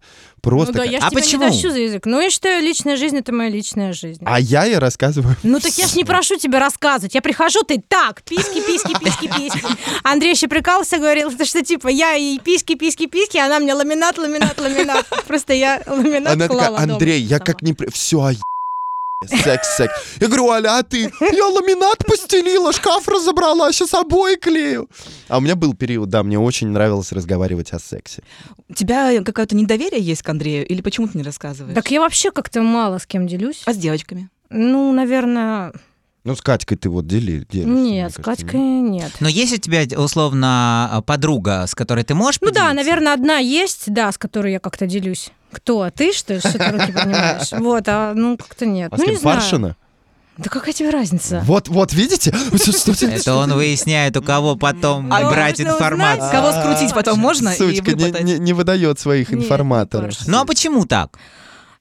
S4: Ну
S3: Просто...
S4: да,
S3: как-
S4: я
S1: А
S4: же тебя
S1: почему?
S4: не тащу за язык. Ну, я считаю, личная жизнь — это моя личная жизнь.
S3: А я ей рассказываю.
S4: Ну так я ж не прошу тебя рассказывать. Я прихожу, ты так, писки, писки, писки, писки. Андрей еще прикалывался, говорил, это что типа я и писки, писки, писки, а она мне ламинат, ламинат, ламинат. Просто я ламинат
S3: Она такая,
S4: клала дома
S3: Андрей, я
S4: сама.
S3: как не... Все, а секс, секс. Я говорю, Оля, а ты? Я ламинат постелила, шкаф разобрала, сейчас обои клею. А у меня был период, да, мне очень нравилось разговаривать о сексе.
S2: У тебя какое-то недоверие есть к Андрею? Или почему ты не рассказываешь?
S4: Так я вообще как-то мало с кем делюсь.
S2: А с девочками?
S4: Ну, наверное,
S3: Ну, с Катькой ты вот дели, делишься, мне
S4: нет,
S3: кажется, Ну,
S4: с Катькой нет.
S1: Но есть у тебя, условно, а, подруга, с которой ты можешь
S4: Ну да,
S1: поделиться?
S4: наверное, одна есть, да, с которой я как-то делюсь. Кто? Ты что ли? Что ты руки поднимаешь? Вот, а ну как-то нет.
S3: А с
S4: ну,
S3: кем?
S4: не знаю.
S3: Паршина?
S4: Да какая тебе разница?
S3: Вот, вот, видите? Что- что ты-
S1: Это он выясняет, у кого потом
S2: А
S1: брать
S4: можно
S1: информацию.
S4: узнать?
S2: Кого скрутить потом можно и
S3: Сучка не,
S2: выпытать?
S3: не- не выдает своих
S4: Нет,
S3: информаторов.
S4: Егор.
S1: Ну а почему так?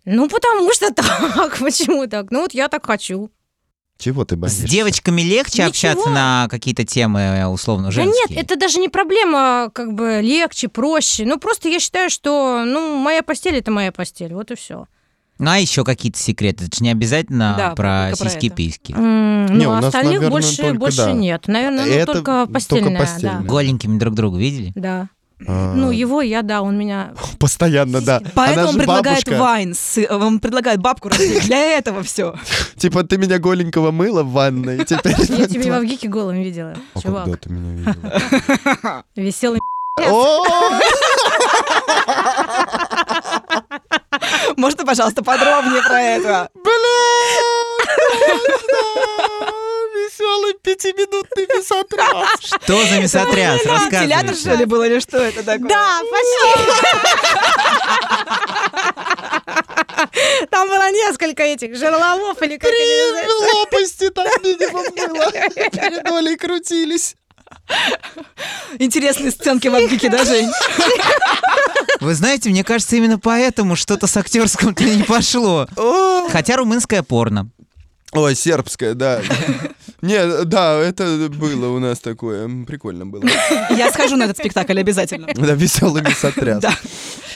S4: Ну, потому что так. Почему так? Ну, вот я так хочу.
S3: Чего ты
S1: С
S3: боишься?
S1: девочками легче
S4: Ничего.
S1: общаться на какие-то темы э,
S3: Ну,
S1: условно
S4: Да
S1: женские?
S4: нет, это даже не проблема, как бы, легче, проще. Ну, просто я считаю, что, ну, моя постель — это моя постель. Вот и все.
S1: Ну, а еще какие-то секреты? Это же не обязательно
S2: да,
S1: про
S2: только про это.
S1: сиськи-письки.
S4: Ну,
S3: у
S4: а
S3: нас,
S4: остальных
S3: наверное,
S4: больше,
S3: только
S4: больше
S3: да.
S4: нет. Наверное, ну,
S3: Это
S4: только
S3: только
S4: постельная.
S3: постельная.
S4: Да.
S1: Голенькими друг друга видели?
S4: да.
S3: А,
S4: Ну, его я, да, он меня...
S3: Постоянно, да.
S2: Поэтому
S3: Она
S2: он
S3: же
S2: предлагает
S3: бабушка.
S2: вайн, с- он предлагает бабку раздеть. Для этого все.
S3: Типа, ты меня голенького мыла в ванной. Теперь...
S4: Я тебя его в гике голым видела,
S3: А
S4: чувак.
S3: когда ты меня видела?
S4: Веселый
S3: О,
S2: Можно, пожалуйста, подробнее про это?
S3: Веселый пятиминутный висотрас.
S1: Что за мисотряс?
S2: Телятор, что
S1: Рассказывайте.
S2: ли, был или что это такое?
S4: Да, почти. Там было несколько этих жерловов или как они называются.
S3: Лопасти там минимум было. Передоли крутились.
S2: Интересные сценки в Абгике, да, Жень?
S1: Вы знаете, мне кажется, именно поэтому что-то с актерском-то не пошло. Хотя румынское порно.
S3: Ой, сербская, да. Не, да, это было у нас такое. М, Прикольно было.
S2: Я схожу на этот спектакль обязательно.
S3: Да, веселый висотряс.
S2: Да.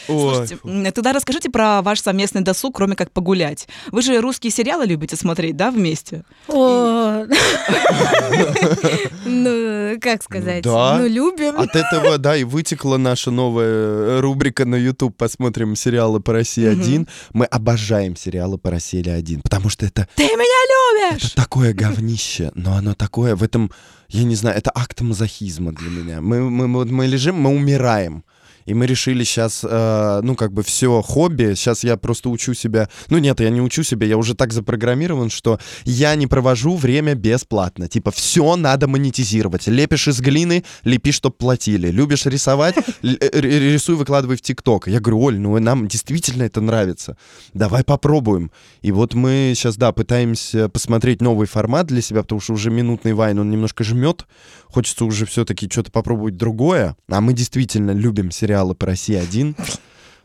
S3: Ой,
S2: Слушайте, м, тогда расскажите про ваш совместный досуг, кроме как погулять. Вы же русские сериалы любите смотреть, да, вместе?
S4: О. Ну, как сказать?
S3: да. А,
S4: Ну, любим.
S3: От этого, да, и вытекла наша новая э, рубрика на YouTube. Посмотрим сериалы по России 1. Мы обожаем сериалы по России 1, потому что это,
S2: Ты меня любишь!
S3: это такое говнище, но оно такое в этом, я не знаю, это акт мазохизма для меня. Мы, мы, мы, мы лежим, мы умираем. И мы решили сейчас, ну, как бы все хобби. Сейчас я просто учу себя. Ну, нет, я не учу себя. Я уже так запрограммирован, что я не провожу время бесплатно. Типа, все надо монетизировать. Лепишь из глины, лепи, чтоб платили. Любишь рисовать, л- э, р- рисуй, выкладывай в ТикТок. Я говорю, Оль, ну, нам действительно это нравится. Давай попробуем. И вот мы сейчас, да, пытаемся посмотреть новый формат для себя, потому что уже минутный вайн, он немножко жмет. Хочется уже все-таки что-то попробовать другое. А мы действительно любим сериалы по России 1.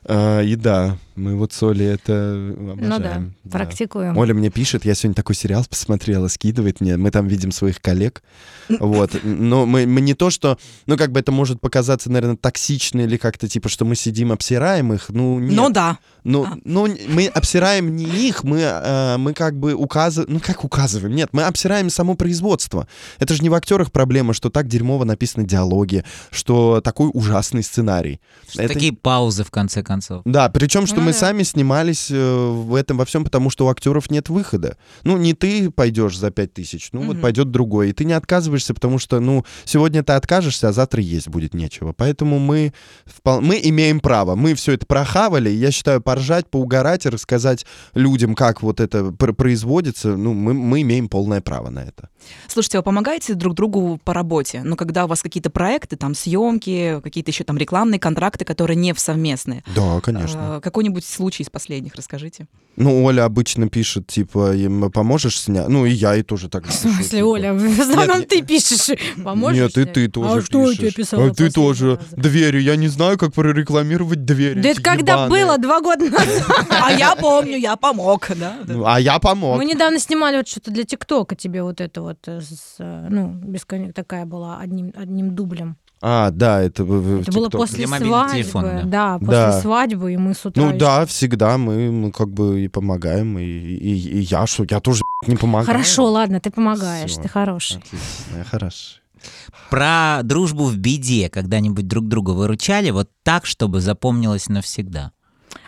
S3: Э, И да, мы вот с Олей это
S4: Ну да,
S3: обожаем. Да.
S4: практикуем.
S3: Оля мне пишет, я сегодня такой сериал посмотрела, скидывает мне, мы там видим своих коллег, вот, но мы, мы не то, что, ну, как бы это может показаться, наверное, токсично или как-то, типа, что мы сидим, обсираем их, ну, нет.
S2: Ну да.
S3: Ну,
S2: А.
S3: ну, н- мы обсираем не их, мы, э, мы как бы указываем, ну как указываем, нет, мы обсираем само производство. Это же не в актерах проблема, что так дерьмово написаны диалоги, что такой ужасный сценарий. Это-
S1: Такие паузы, в конце концов.
S3: Да, причем, что
S4: Ну
S3: мы
S4: да.
S3: сами снимались э, в этом во всем, потому что у актеров нет выхода. Ну, не ты пойдешь за пять тысяч, ну вот
S2: Мгм.
S3: пойдет другой. И ты не отказываешься, потому что, ну, сегодня ты откажешься, а завтра есть будет нечего. Поэтому мы, впол- мы имеем право. Мы все это прохавали. Я считаю, поржать, поугарать и рассказать людям, как вот это пр- производится, ну, мы, мы имеем полное право на это.
S2: Слушайте, а вы помогаете друг другу по работе? Ну, когда у вас какие-то проекты, там, съемки, какие-то еще там рекламные контракты, которые не в совместные.
S3: Да, конечно.
S2: Э, Какой-нибудь случай из последних расскажите.
S3: А. Ну, Оля обычно пишет, типа, им поможешь снять? Ну, и я и тоже так же
S4: В
S3: пишу,
S4: смысле,
S3: типа.
S4: Оля, в основном
S3: Нет,
S4: ты пишешь. Поможешь?
S3: Нет, и
S4: мне?
S3: ты тоже
S4: А что я
S3: пишешь.
S4: тебе писала?
S3: А ты
S4: последний
S3: тоже.
S4: раз?
S3: Двери. Я не знаю, как прорекламировать двери.
S4: Да
S3: эти
S4: это когда
S3: ебаные.
S4: было два года назад.
S2: А я помню, я помог, да? да.
S3: Ну, А я помог.
S4: Мы недавно снимали вот что-то для ТикТока тебе вот это вот, э, с, э, ну, бесконечно такая была одним, одним дублем.
S3: А, да, это, в- в- в
S4: Это было
S3: ТикТоке.
S4: после
S1: Для мобильных
S4: свадьбы.
S1: телефонов,
S4: да. после
S3: Да.
S4: свадьбы, и мы с утра...
S3: Ну
S4: ещё-
S3: да, всегда мы, мы как бы и помогаем, и, и- и я что, я тоже не помогаю.
S4: Хорошо, ладно, ты помогаешь,
S3: Всё.
S4: ты хороший.
S3: Отлично, я хорош.
S1: Про дружбу в беде когда-нибудь друг друга выручали вот так, чтобы запомнилось навсегда.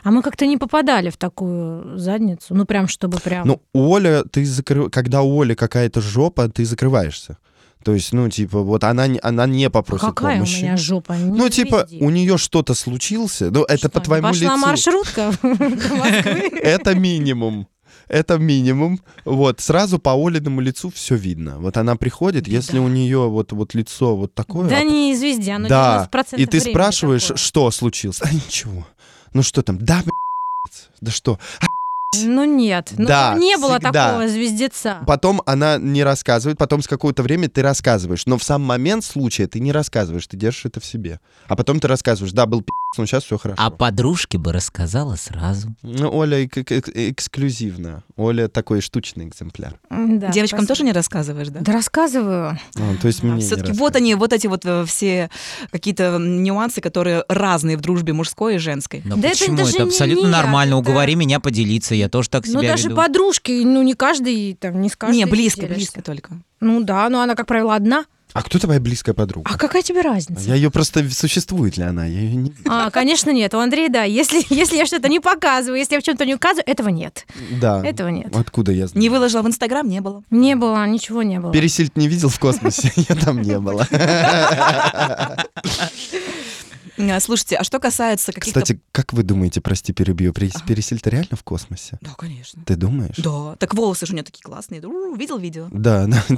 S4: А мы как-то не попадали в такую задницу, ну прям, чтобы прям...
S3: Ну, Оля, ты закры... когда у Оли какая-то жопа, ты закрываешься. То есть, ну, типа, вот она, не- она не попросит
S4: «А Какая
S3: помощи.
S4: у меня жопа? не
S3: Ну, типа,
S4: пизди.
S3: у нее что-то случился, ну, это
S4: Что,
S3: по
S4: не
S3: твоему
S4: пошла
S3: лицу.
S4: маршрутка до Москвы?
S3: Это минимум. Это минимум. Вот, сразу по Олиному лицу все видно. Вот она приходит, если у нее вот, вот лицо вот такое.
S4: Да
S3: а-
S4: не, извезди, оно 90%
S3: и ты
S4: времени
S3: спрашиваешь,
S4: такое.
S3: что случилось? А ничего. Ну что там? Да, блядь. Да что? А,
S4: Ну нет, ну
S3: Да,
S4: не было
S3: всегда.
S4: такого звездеца.
S3: Потом она не рассказывает, потом с какого-то времени ты рассказываешь, но в сам момент случая ты не рассказываешь, ты держишь это в себе. А потом ты рассказываешь, да, был пи***, но сейчас все хорошо.
S1: А подружке бы рассказала сразу.
S3: Ну, Оля эк- эк- эк- эксклюзивно. Оля такой штучный экземпляр.
S4: М, да,
S2: Девочкам
S4: спасибо.
S2: тоже не рассказываешь, да?
S4: Да рассказываю.
S3: Ну, то есть мне не
S2: Все-таки вот
S3: рассказывает.
S2: они, вот эти вот э, все какие-то нюансы, которые разные в дружбе мужской и женской.
S1: Но
S4: Да это
S1: почему?
S4: даже
S1: Это,
S4: не
S1: абсолютно
S4: я,
S1: нормально.
S4: это-
S1: Уговори меня поделиться, я тоже так себя
S4: ну даже
S1: веду.
S4: подружки, ну не каждый, там не с каждой
S2: не, близко,
S4: делишься.
S2: близко только.
S4: Ну да, но она, как правило, одна.
S3: А кто твоя близкая подруга?
S4: А какая тебе разница?
S3: Я ее просто... Существует ли она? Я ее не...
S4: А, конечно, нет. У Андрея, да, если, если я что-то не показываю, если я в чем-то не указываю, этого нет.
S3: Да.
S4: Этого нет.
S3: Откуда я знаю?
S2: Не выложила в Инстаграм, не было.
S4: Не было, ничего не было.
S3: Пересильд не видел в космосе, я там не была.
S2: А, Слушайте, а что касается каких-то...
S3: Кстати, как вы думаете, прости, перебью, Пересильд реально в космосе?
S2: Да, конечно.
S3: Ты думаешь?
S2: Да, так волосы же у нее такие классные. У, видел видео?
S3: Да, да, да.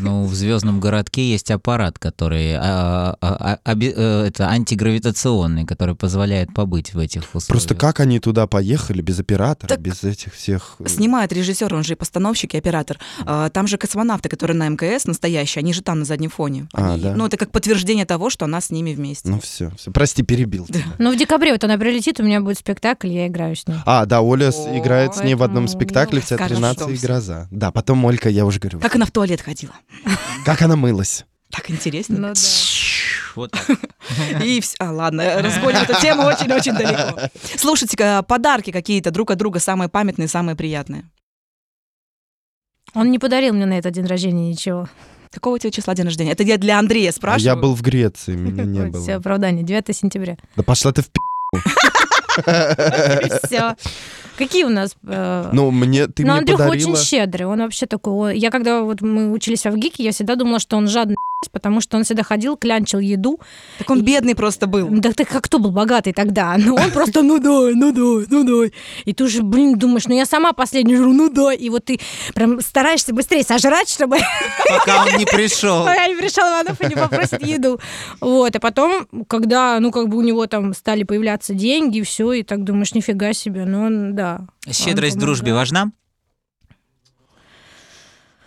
S1: Ну, в звездном городке есть аппарат, который а, а, а, оби- э, это антигравитационный, который позволяет побыть в этих условиях.
S3: Просто как они туда поехали без оператора,
S2: Так
S3: без этих всех... э,
S2: Снимает режиссер, он же и постановщик, и оператор. А, Там же космонавты, которые на мкс настоящие, они же там на заднем фоне.
S3: А,
S2: Они-
S3: да?
S2: Ну, это как подтверждение того, что она с ними вместе.
S3: Ну все, все. Прости, перебил.
S2: Да.
S3: тебя.
S4: Но в декабре вот она прилетит, у меня будет спектакль, я играю с ней.
S3: А, да, Оля с- играет с ней в одном
S4: поэтому
S3: спектакле в
S2: я скажу,
S3: Театре
S2: ну, что
S3: нации
S2: всё.
S3: «Гроза». Да, потом Олька, я уже говорю,
S2: Как она в туалет ходила.
S3: как она мылась.
S2: Так интересно.
S4: Ну да.
S1: Вот так.
S2: И вс- А, ладно, разгоним эту тему очень-очень далеко. Слушайте, ка, подарки какие-то друг от друга самые памятные, самые приятные.
S4: Он не подарил мне на этот день рождения ничего.
S2: Какого у тебя числа день рождения? Это я для Андрея
S3: А
S2: спрашиваю.
S3: я был в Греции, меня не
S4: Вот Все
S3: было.
S4: оправдание. 9 сентября.
S3: Да пошла ты в пи***.
S4: Все. Какие у нас... э,
S3: Ну, мне ты
S4: Но
S3: мне
S4: Андрюха
S3: подарила...
S4: очень щедрый, он вообще такой... он- Я когда вот мы учились в Авгике, я всегда думала, что он жадный потому что он всегда ходил, клянчил еду.
S2: Так он бедный просто был.
S4: Да ты как кто был богатый тогда? Ну он просто, ну дай, ну дай, ну дай. И ты уже, блин, думаешь, ну я сама последнюю жру, ну дай. И вот ты прям стараешься быстрее сожрать, чтобы
S1: Пока он не пришел.
S4: я не пришел Иванов и не попросит еду. Вот, а потом, когда, ну, как бы у него там стали появляться деньги, и все, и так думаешь, нифига себе, ну, он, да.
S1: Щедрость в
S4: Он
S1: дружбе
S4: помогает.
S1: важна?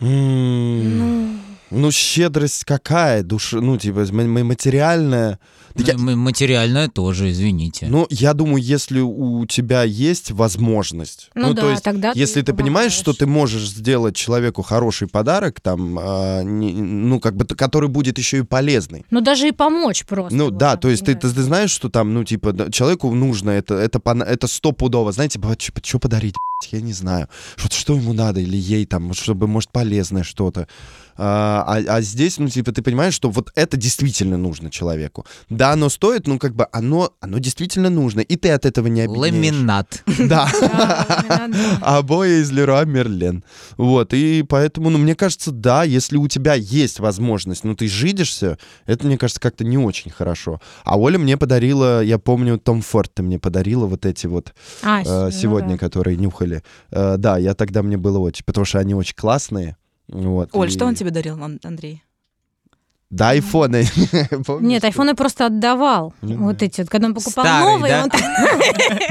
S3: М, Ну, щедрость какая, душа, ну, типа, м- м- материальная. Я-
S1: Ну, м- Материальное тоже, извините.
S3: Ну, я думаю, если у тебя есть возможность,
S4: Ну да,
S3: то есть,
S4: тогда ты
S3: если ты, понимаешь, что
S4: помогаешь.
S3: ты можешь сделать человеку хороший подарок, там, а, не- ну, как бы, т- который будет еще и полезный.
S4: Ну, даже и помочь просто.
S3: Ну
S4: вот
S3: да,
S4: так,
S3: то есть ты, ты
S4: понимаешь.
S3: знаешь, что там, ну типа да, человеку нужно это, это пона- это стопудово, знаете, что подарить, блядь, я не знаю, вот что ему надо или ей там, чтобы может полезное что-то, а, а- а здесь, ну типа ты понимаешь, что вот это действительно нужно человеку, да, оно стоит, ну как бы оно, оно действительно нужно, и ты от этого не обеднеешь.
S1: Ламинат.
S3: Да.
S4: Да, именно, да.
S3: Обои из Леруа Мерлен. Вот, и поэтому, ну, мне кажется, да, если у тебя есть возможность, ну, ты жидишься, это, мне кажется, как-то не очень хорошо. А Оля мне подарила, я помню, Том Форд ты мне подарила вот эти вот
S4: А,
S3: э,
S4: ну
S3: сегодня,
S4: да.
S3: которые нюхали. Э, да, я тогда, мне было очень, потому что они очень классные. Вот,
S2: Оль,
S3: и-
S2: что он тебе дарил, Ан- Андрей?
S3: Да, айфоны. Помнишь,
S4: Нет,
S3: что-
S4: айфоны просто отдавал.
S3: Ну
S4: Вот
S3: да.
S4: эти вот, когда он покупал
S1: Старый,
S4: новые,
S1: да?
S4: он так,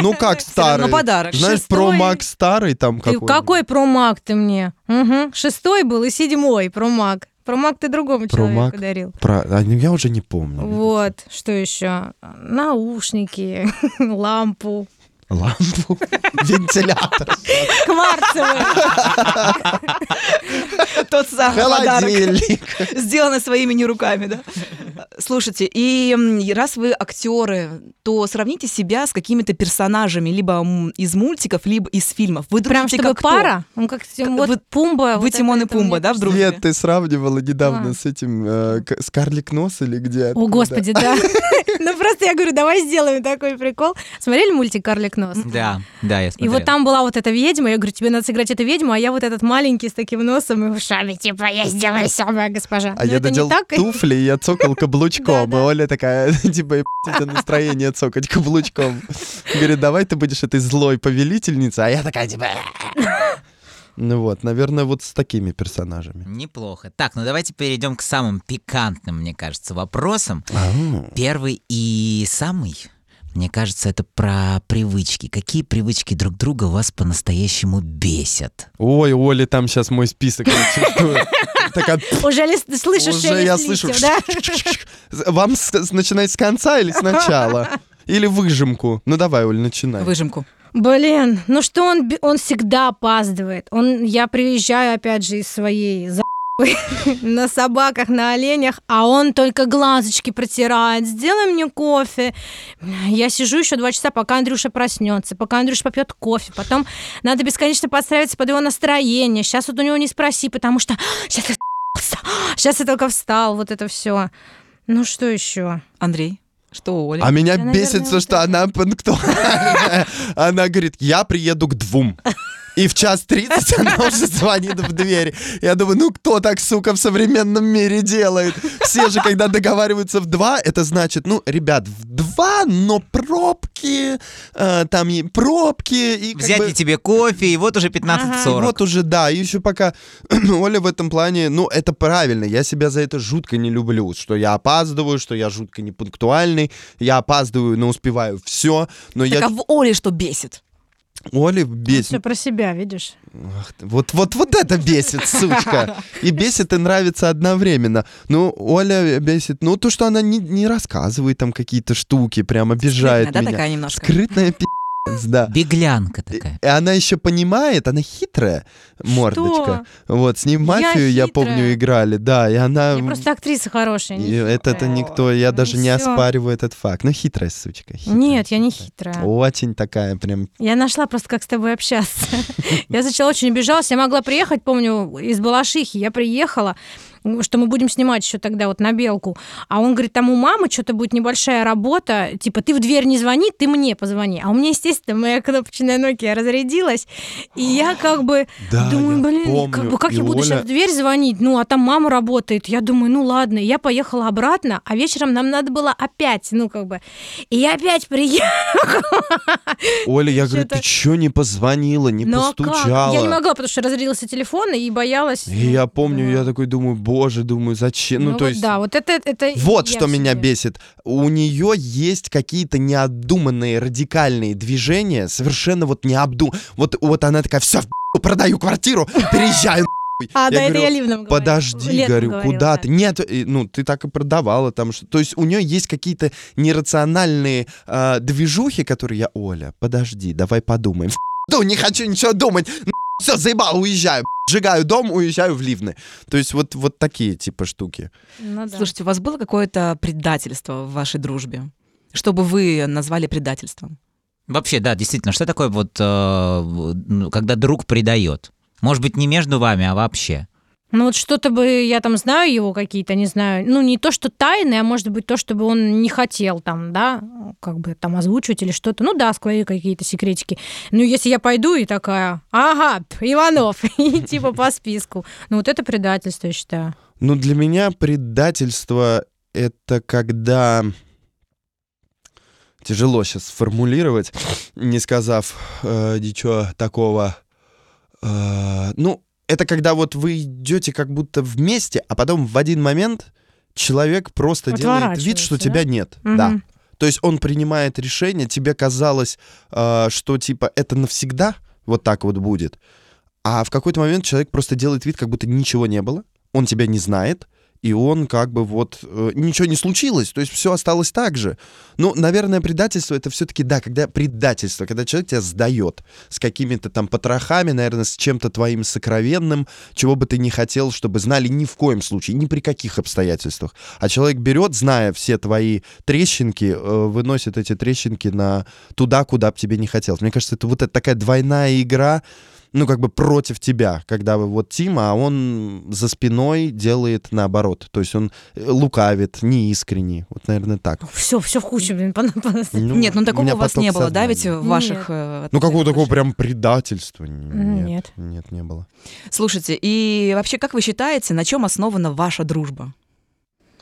S3: Ну, как
S2: Старый.
S3: старый.
S2: Но подарок.
S3: Знаешь,
S4: Шестой.
S3: Pro Max старый там
S4: ты
S3: какой.
S4: какой промаг ты мне? Мгм. Шестой был и седьмой промаг. Промаг ты другому человеку
S3: Промаг.
S4: дарил.
S3: Про... а, ну, Я уже не помню.
S4: Вот, что еще? Наушники, лампу,
S3: Лампу. Вентилятор.
S4: кварцевые.
S2: Тот
S4: А,
S2: самый подарок.
S3: Холодильник.
S2: Сделано своими не руками, да? Слушайте, и м, и раз вы актеры, то сравните себя с какими-то персонажами либо м, из мультиков, либо из фильмов. Вы
S4: Прям
S2: дружите
S4: чтобы
S2: как кто?
S4: пара. Ну, как Тим- вот
S2: вы-
S4: Пумба.
S2: Вы
S4: вот
S2: Тимон
S4: это-
S2: и
S4: это мне-
S2: Пумба, да, в дружбе?
S3: Нет, ты сравнивала недавно
S4: А.
S3: с этим э, к- с карлик нос или где?
S4: О,
S3: откуда?
S4: господи, да. Ну, просто я говорю, давай сделаем такой прикол. Смотрели мультик «Карлик нос»?
S1: Да, да, я
S4: И
S1: смотрел.
S4: вот там была вот эта ведьма, я говорю, тебе надо сыграть эту ведьму, а я вот этот маленький с таким носом и ушами, типа, я сделаю самая госпожа.
S3: А
S4: Ну,
S3: я
S4: это не
S3: доделал
S4: так.
S3: туфли, и я цокал каблучком. И
S4: Да-да.
S3: Оля такая, типа, «Ебать, это настроение цокать каблучком. Говорит, давай ты будешь этой злой повелительницей, а я такая, типа... «Э-э-э». Ну вот, наверное, вот с такими персонажами.
S1: Неплохо. Так, ну давайте перейдем к
S4: А.
S1: самым пикантным, мне кажется, вопросам. Первый и самый Мне кажется, это про привычки. Какие привычки друг друга вас по-настоящему бесят?
S3: Ой, Оля, там сейчас мой список. я чувствую. Такая,
S4: Уже ли с- слышишь
S3: Уже я
S4: шелест
S3: слышу.
S4: листьев, да?
S3: Вам с- с- начинать с конца или сначала? Или выжимку? Ну давай, Оль, начинай.
S2: Выжимку.
S4: Блин, ну что он, бе- он всегда опаздывает. Он, я приезжаю, опять же, из своей за***ы на собаках, на оленях, а он только глазочки протирает. Сделай мне кофе. Я сижу еще два часа, пока Андрюша проснется, пока Андрюша попьет кофе. Потом надо бесконечно подстраиваться под его настроение. Сейчас вот у него не спроси, потому что сейчас я сейчас я только встал, вот это все. Ну что еще?
S2: Андрей, что у Оли?
S3: А меня
S4: Я, наверное,
S3: бесит то,
S4: вот
S3: что
S4: это.
S3: она пунктуальная. Она говорит, я приеду к двум. И в час тридцать она уже звонит в дверь. Я думаю, ну кто так, сука, в современном мире делает? Все же, когда договариваются в два, это значит, ну, ребят, в два, но пробки, э, там и пробки. И как
S1: Взять
S3: бы-
S1: и тебе кофе, и вот уже 15.40.
S3: и Вот уже, да, и еще пока Оля в этом плане, ну, это правильно, я себя за это жутко не люблю, что я опаздываю, что я жутко не пунктуальный, я опаздываю, но успеваю все, но
S2: Так
S3: я...
S2: а Ну, в Оле что бесит?
S3: Оля
S4: Все
S3: бесит.
S4: про себя, видишь?
S3: Ах ты, Вот, вот, вот это бесит, сучка. И бесит, и нравится одновременно. Ну, Оля бесит, ну, то, что она не, не рассказывает там какие-то штуки, прям обижает
S2: Стыдно, да,
S3: меня.
S2: такая немножко?
S3: Скрытная пи***ц, да.
S1: Беглянка такая.
S3: И она еще понимает, она хитрая мордочка. Вот, с ней в мафию, я,
S4: хитрая?
S3: помню, играли, да, и она...
S4: Я просто актриса хорошая.
S3: и
S4: не
S3: Это-то
S4: хитрая.
S3: никто, я
S4: Ну
S3: даже не
S4: всё.
S3: оспариваю этот факт. Ну, хитрая сучка. хитрая,
S4: Нет, я не хитрая.
S3: Очень такая прям...
S4: Я нашла просто, как с тобой общаться. Я сначала очень обижалась. Я могла приехать, помню, из Балашихи. Я приехала, м, что мы будем снимать еще тогда вот на Белку. А он говорит, там у мамы что-то будет небольшая работа. Типа, ты в дверь не звони, ты мне позвони. А у меня, естественно, моя кнопочная Nokia разрядилась. И я как бы
S3: Да,
S4: думаю,
S3: я
S4: блин,
S3: помню.
S4: как, бы, как
S3: И
S4: я буду
S3: Оля-
S4: сейчас в дверь звонить? Ну, а там мама работает. Я думаю, ну ладно. И Я поехала обратно, а вечером нам надо было опять, ну как бы. И я опять приехала.
S3: Оля, я говорю, ты
S4: Чё-то-
S3: че не позвонила, не
S4: Но Ну, а как? Я не
S3: постучала?
S4: могла, потому что разрядился телефон и боялась.
S3: И я помню, я такой думаю, боже, думаю, зачем?
S4: Ну,
S3: Ну, то
S4: вот
S3: есть...
S4: да, вот это... это
S3: Вот
S4: я
S3: что
S4: в
S3: меня
S4: себе.
S3: бесит. У нее есть какие-то необдуманные радикальные движения, совершенно вот необдум... Вот, вот она такая, все, продаю квартиру, переезжаю. нахуй».
S4: А, да, это
S3: говорю,
S4: я Ливном говорю.
S3: Подожди,
S4: Летом
S3: говорю,
S4: говорила,
S3: куда
S4: да.
S3: ты? Нет, и, ну ты так и продавала там что. То есть у нее есть какие-то нерациональные а, движухи, которые я, Оля, подожди, давай подумаем. Ф***, Ну, не хочу ничего думать. Все, заебал, уезжаю. Сжигаю дом, уезжаю в Ливны. То есть вот, вот такие типа штуки.
S4: Ну да.
S2: Слушайте, у вас было какое-то предательство в вашей дружбе? Чтобы вы назвали предательством?
S1: Вообще, да, действительно, что такое вот, э, ну, когда друг предает? Может быть, не между вами, а вообще.
S4: Ну вот что-то бы, я там знаю его какие-то, не знаю. Ну не то, что тайны, а может быть то, чтобы он не хотел там, да, как бы там озвучивать или что-то. Ну да, сквозь какие-то секретики. Ну если я пойду и такая, ага, п, Иванов, и типа по списку. Ну вот это предательство, я считаю.
S3: Ну, для меня предательство — это когда... Тяжело сейчас сформулировать, не сказав э, ничего такого. Э, ну, это когда вот вы идете как будто вместе, а потом в один момент человек просто делает вид, что
S4: Отворачивается, да?
S3: тебя нет. Да.
S4: Мгм.
S3: То есть он принимает решение, тебе казалось, э, что типа это навсегда вот так вот будет. А в какой-то момент человек просто делает вид, как будто ничего не было, он тебя не знает, и он как бы вот э, ничего не случилось, то есть все осталось так же. Ну, наверное, предательство это все-таки, да, когда предательство, когда человек тебя сдает с какими-то там потрохами, наверное, с чем-то твоим сокровенным, чего бы ты не хотел, чтобы знали ни в коем случае, ни при каких обстоятельствах. А человек берет, зная все твои трещинки, э, выносит эти трещинки на туда, куда бы тебе не хотелось. Мне кажется, это вот это такая двойная игра, ну, как бы против тебя, когда вы вот Тима, а он за спиной делает наоборот. То есть он э, лукавит, неискренний. Вот, наверное, так.
S4: Все, все Ну, в кучу, блин, понадобилось.
S2: Нет, ну такого
S3: меня
S2: у вас
S3: поток
S2: не было, да, ведь
S3: сознания.
S2: в ваших...
S4: Нет.
S2: э,
S3: Ну, какого такого
S2: отношениях?
S3: прям предательства? Н- Нет. Нет,
S4: Нет.
S3: не было.
S2: Слушайте, и вообще, как вы считаете, на чем основана ваша дружба?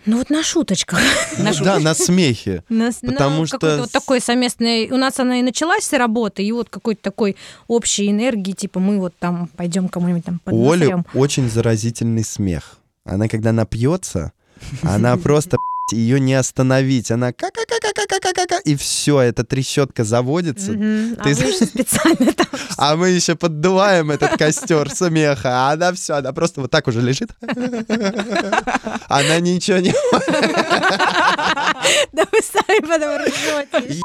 S4: Ну вот на шуточках.
S3: Ну Да, на смехе.
S4: На, с-
S3: Потому
S4: на
S3: что
S4: какой-то вот
S3: с-
S4: такой совместной... У нас она и началась с работы, и вот какой-то такой общей энергии, типа мы вот там пойдем кому-нибудь там
S3: У Оли
S4: поднасрём.
S3: очень заразительный смех. Она, когда напьется, она просто ее не остановить. Она ка ка ка ка ка ка ка ка и все, эта трещотка заводится.
S4: Мгм. А
S3: Ты
S4: вы
S3: знаешь-
S4: же специально там.
S3: А мы еще поддуваем этот костер смеха, а она все, она просто вот так уже лежит. Она ничего не
S4: Да вы сами потом ржете.
S3: понимает.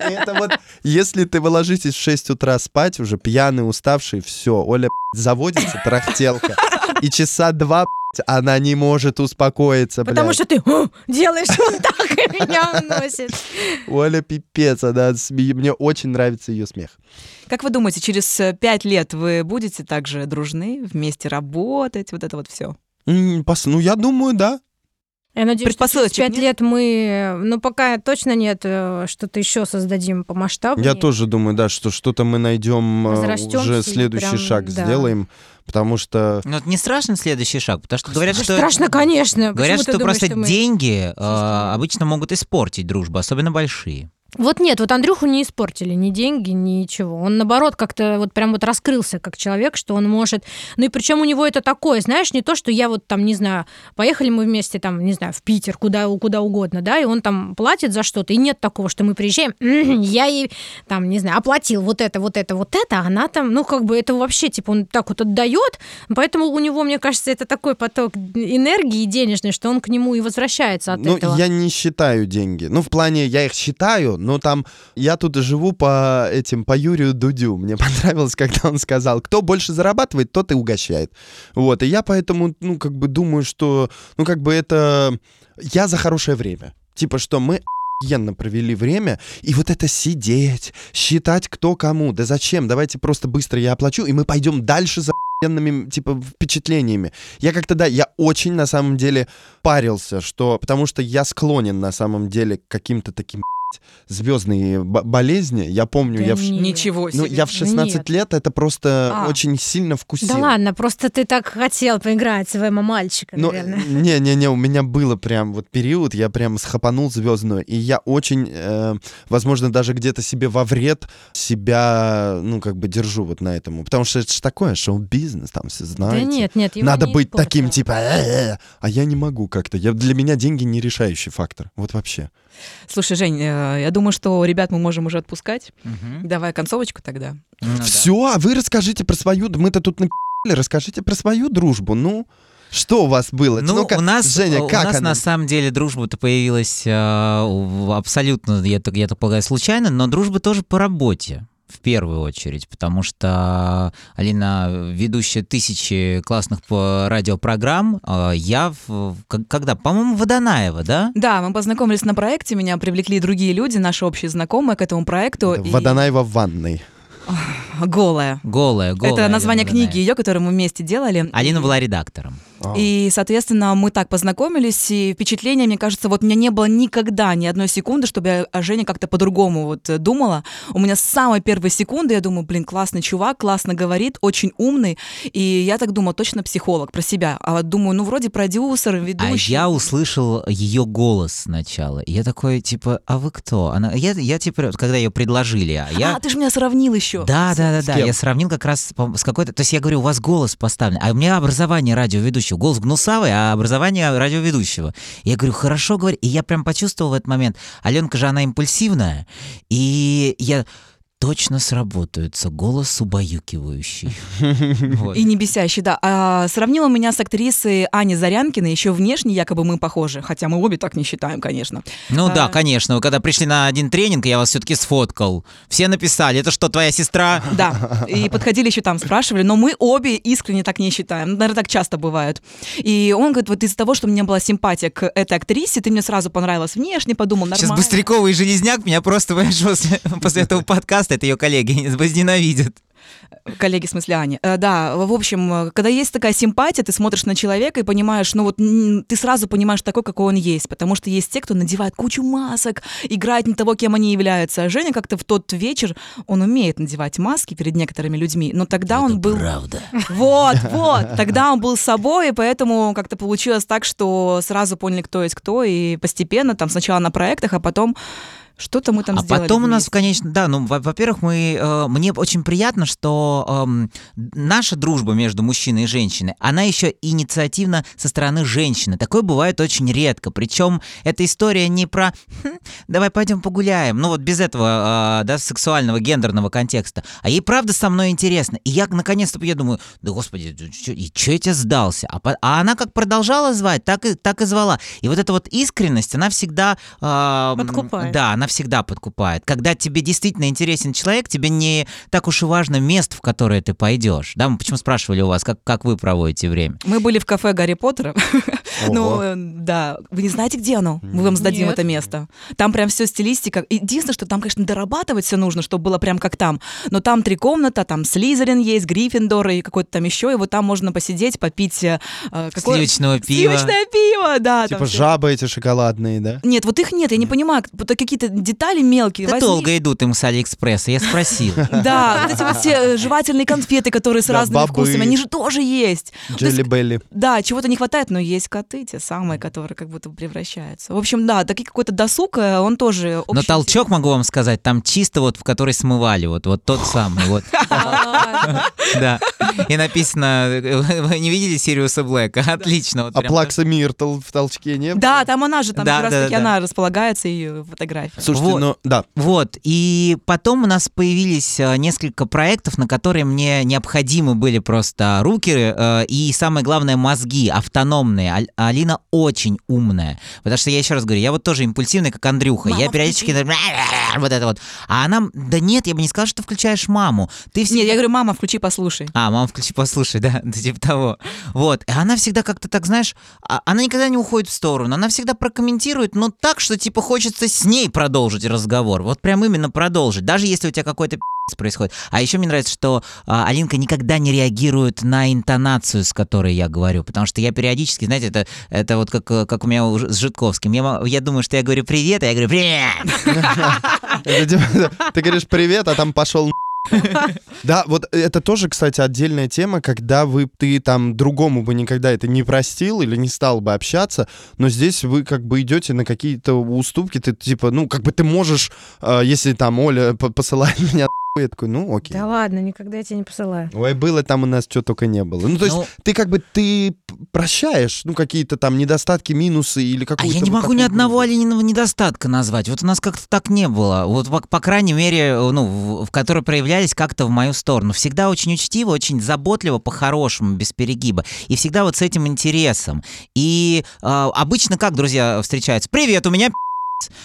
S3: И Это вот, если ты вы ложитесь в 6 утра спать уже, пьяный, уставший, все, Оля б***ь, заводится, трахтелка. И часа два б***ь, она не может успокоиться,
S4: Потому
S3: блядь.
S4: что ты «О, делаешь вот так, и меня уносит.
S3: Оля пипец, она от сме- Мне очень нравится ее смех.
S2: Как вы думаете, через э, пять лет вы будете также дружны, вместе работать, вот это вот все?
S3: М, пос- Ну, я думаю, да.
S4: Я надеюсь, что через
S2: Предпосылочек
S4: пять
S2: нет?
S4: лет мы... э, Ну, пока точно нет, э, что-то еще создадим по масштабу.
S3: Я тоже думаю, да, что что-то мы найдем, э,
S4: Возрастёмся
S3: уже
S4: и
S3: следующий
S4: прям,
S3: шаг
S4: да.
S3: сделаем, потому что...
S1: Но это Ну, не страшный следующий шаг, потому что говорят, что...
S4: Страшно, конечно.
S1: Говорят,
S4: Почему ты
S1: что
S4: думаешь,
S1: просто
S4: мы-
S1: деньги э, обычно могут испортить дружбу, особенно большие.
S4: Вот нет, вот Андрюху не испортили ни деньги, ничего. Он, наоборот, как-то вот прям вот раскрылся как человек, что он может... Ну и причем у него это такое, знаешь, не то, что я вот там, не знаю, поехали мы вместе там, не знаю, в Питер, куда, куда угодно, да, и он там платит за что-то, и нет такого, что мы приезжаем, «М, я ей там, не знаю, оплатил вот это, вот это, вот это, а она там, ну как бы это вообще, типа, он так вот отдает, поэтому у него, мне кажется, это такой поток энергии денежной, что он к нему и возвращается от
S3: Ну,
S4: этого.
S3: я не считаю деньги. Ну, в плане, я их считаю, но там... Я тут живу по этим, по Юрию Дудю. Мне понравилось, когда он сказал, кто больше зарабатывает, тот и угощает. Вот, и я поэтому, ну, как бы думаю, что... Ну, как бы это... Я за хорошее время. Типа, что мы охуенно провели время, и вот это сидеть, считать кто кому, да зачем, давайте просто быстро я оплачу, и мы пойдем дальше за охуенными, типа, впечатлениями. Я как-то, да, я очень, на самом деле, парился, что... Потому что я склонен, на самом деле, к каким-то таким звездные болезни. Я помню,
S4: Да
S3: я в, ш-
S4: не,
S2: Ничего
S3: ну,
S2: себе.
S3: я в
S4: Ну,
S3: 16
S4: нет.
S3: лет это просто
S4: А.
S3: очень сильно вкусил.
S4: Да ладно, просто ты так хотел поиграть своего мальчика,
S3: Ну,
S4: наверное.
S3: не-не-не, у меня было прям вот период, я прям схапанул звездную, и я очень, э, возможно, даже где-то себе во вред себя, ну, как бы держу вот на этому. Потому что это же такое, шоу-бизнес, там все
S4: Да
S3: знаете.
S4: нет, нет, его
S3: Надо
S4: не
S3: быть
S4: испортил.
S3: таким, типа, «Э-э-э». а я не могу как-то. Я, для меня деньги не решающий фактор. Вот вообще.
S2: Слушай, Жень, э, я думаю, что ребят мы можем уже отпускать. Давай концовочку тогда.
S1: Ну да.
S3: Все, а вы расскажите про свою... Мы-то тут на расскажите про свою дружбу. Ну, что у вас было?
S1: Ну,
S3: Ну-ка,
S1: у нас,
S3: Женя,
S1: у
S3: как
S1: нас
S3: она?
S1: на самом деле дружба-то появилась э, в- абсолютно, я, так- я так полагаю, случайно, но дружба тоже по работе в первую очередь, потому что Алина ведущая тысячи классных по- радиопрограмм, э, я в- к- когда, по-моему, Водонаева, да?
S2: Да, мы познакомились на проекте, меня привлекли другие люди, наши общие знакомые к этому проекту. и-
S3: Водонаева в ванной.
S2: Голая.
S1: Голая, голая.
S2: Это
S1: Алина
S2: название
S1: Водонаева.
S2: книги ее, которую мы вместе делали.
S1: Алина была редактором.
S3: А.
S2: И, соответственно, мы так познакомились, и впечатление, мне кажется, вот у меня не было никогда ни одной секунды, чтобы я о Жене как-то по-другому вот э, думала. У меня с самой первой секунды я думаю, блин, классный чувак, классно говорит, очень умный, и я так думала, точно психолог про себя. А вот думаю, ну, вроде продюсер,
S1: А
S2: ведущий.
S1: я услышал ее голос сначала. И я такой, типа, а вы кто? Она, я, я типа, когда ее предложили, а я...
S2: А, ты же меня сравнил еще.
S1: Да, да, да, да.
S3: кем?
S1: Я сравнил как раз по- с какой-то. То есть я говорю, у вас голос поставлен. А у меня образование радиоведущего. Голос гнусавый, а образование радиоведущего. Я говорю, хорошо говорю. И я прям почувствовал в этот момент. Аленка же, она импульсивная. И я точно сработаются. Голос убаюкивающий. Вот.
S2: И не бесящий, да. А, сравнила меня с актрисой Аней Зарянкиной. Еще внешне якобы мы похожи. Хотя мы обе так не считаем, конечно.
S1: Ну да,
S2: А.
S1: конечно. Вы когда пришли на один тренинг, я вас все-таки сфоткал. Все написали, это что, твоя сестра?
S2: Да. И подходили еще там, спрашивали, но мы обе искренне так не считаем. Ну, Наверное, так часто бывает. И он говорит, вот из-за того, что у меня была симпатия к этой актрисе, ты мне сразу понравилась внешне, подумал,
S1: Сейчас
S2: нормально.
S1: Быстрякова и Железняк меня просто, понимаешь, после, после этого подкаста, это ее коллеги, возненавидят.
S2: Коллеги, в смысле Ани. Э, Да, в общем, э, когда есть такая симпатия, ты смотришь на человека и понимаешь, ну вот м, ты сразу понимаешь такой, какой он есть, потому что есть те, кто надевает кучу масок, играет не того, кем они являются. А Женя как-то в тот вечер, он умеет надевать маски перед некоторыми людьми, но тогда А он был...
S1: Правда.
S2: Вот, вот. Тогда он был собой, и поэтому как-то получилось так, что сразу поняли, кто есть кто, и постепенно там сначала на проектах, а потом Что-то мы там
S1: а
S2: сделали.
S1: потом у нас,
S2: вместе.
S1: конечно, да, ну, во- во-первых, мы, э, мне очень приятно, что эм, наша дружба между мужчиной и женщиной, она еще инициативна со стороны женщины. Такое бывает очень редко. Причем эта история не про «Хм, «давай пойдем погуляем», ну вот без этого, э, да, сексуального, гендерного контекста. А ей правда со мной интересно. И я наконец-то, я думаю, да господи, чё- чё- и че я тебя сдался? А, по- а она как продолжала звать, так и, так и звала. И вот эта вот искренность, она всегда... э, м,
S4: Подкупает.
S1: Да, она всегда подкупает. Когда тебе действительно интересен человек, тебе не так уж и важно место, в которое ты пойдешь. Да, мы почему спрашивали у вас, как, как вы проводите время?
S2: Мы были в кафе Гарри Поттера. Ну,
S3: Ого.
S2: э, да. Вы не знаете, где оно? Мы вам сдадим
S4: Нет.
S2: это место. Там прям все стилистика. Единственное, что там, конечно, дорабатывать все нужно, чтобы было прям как там. Но там три комната, там Слизерин есть, Гриффиндор и какой-то там еще. И вот там можно посидеть, попить... э, э, какое-
S1: Сливочного пива.
S2: Сливочное пиво, да. А там
S3: Типа
S2: всё.
S3: жабы эти шоколадные, да?
S2: Нет, вот их нет, я не понимаю, как- вот какие-то детали мелкие.
S1: Да
S2: возьми.
S1: долго идут им с Алиэкспресса, я спросил.
S2: Да, вот эти вот все э, жевательные конфеты, которые с
S3: Да,
S2: разными
S3: бобы.
S2: вкусами, они же тоже есть. Ну, То есть,
S3: Джелли Белли.
S2: Да, чего-то не хватает, но есть коты те самые, которые как будто превращаются. В общем, да, такие какой-то досуг, э, он тоже...
S1: Но
S2: общий.
S1: толчок, могу вам сказать, там чисто вот, в который смывали, вот, вот тот самый, вот, да. И написано, э, вы не видели Сириуса Блэка? Отлично. вот
S3: А
S1: прям.
S3: Плакса Миртл в толчке не было?
S2: Да, там она же, там
S1: Да,
S2: как раз
S1: да,
S2: таки
S1: да.
S2: она располагается, ее фотография.
S3: Слушайте,
S1: Вот.
S3: ну да.
S1: Вот, и потом у нас появились э, несколько проектов, на которые мне необходимы были просто руки э, и, самое главное, мозги автономные. Аль- Алина очень умная, потому что я еще раз говорю, я вот тоже импульсивный, как Андрюха.
S2: Мама,
S1: я периодически вот это вот. А она, да нет, я бы не сказал, что ты включаешь маму. Ты всегда
S2: Нет, я говорю, мама, включи, послушай.
S1: а, мама, включи, послушай, да, да, типа того. Вот, и она всегда как-то так, знаешь, а- она никогда не уходит в сторону, она всегда прокомментирует, но так, что типа хочется с ней продолжить разговор, вот прям именно продолжить, даже если у тебя какой-то пи***ц происходит. А еще мне нравится, что а, Алинка никогда не реагирует на интонацию, с которой я говорю, потому что я периодически, знаете, это, это вот как, э, как у меня уже с Житковским, я, мо- я думаю, что я говорю привет, а я говорю привет,
S3: Ну,
S2: А.
S3: Это типа, Ты говоришь привет, а там пошел да, вот это тоже, кстати, отдельная тема, когда вы, ты там другому бы никогда это не простил или не стал бы общаться, но здесь вы как бы идете на какие-то уступки, ты типа, ну, как бы ты можешь, э, если там Оля по- посылает меня нахуй, я такой, ну, окей.
S4: Да ладно, никогда я тебя не посылаю.
S3: Ой, было там у нас что только не было. Ну, то есть
S1: Ну.
S3: ты как бы, ты п- прощаешь, ну, какие-то там недостатки, минусы или
S1: А
S3: какую-то...
S1: я не
S3: вот
S1: могу ни
S3: такую
S1: одного
S3: грубость.
S1: Алининого недостатка назвать. Вот у нас как-то так не было. Вот, по, по крайней мере, э, ну, в, в которые проявлялись как-то в мою сторону. Всегда очень учтиво, очень заботливо, по-хорошему, без перегиба. И всегда вот с этим интересом. И э, обычно как друзья встречаются? «Привет, у меня пи***ц».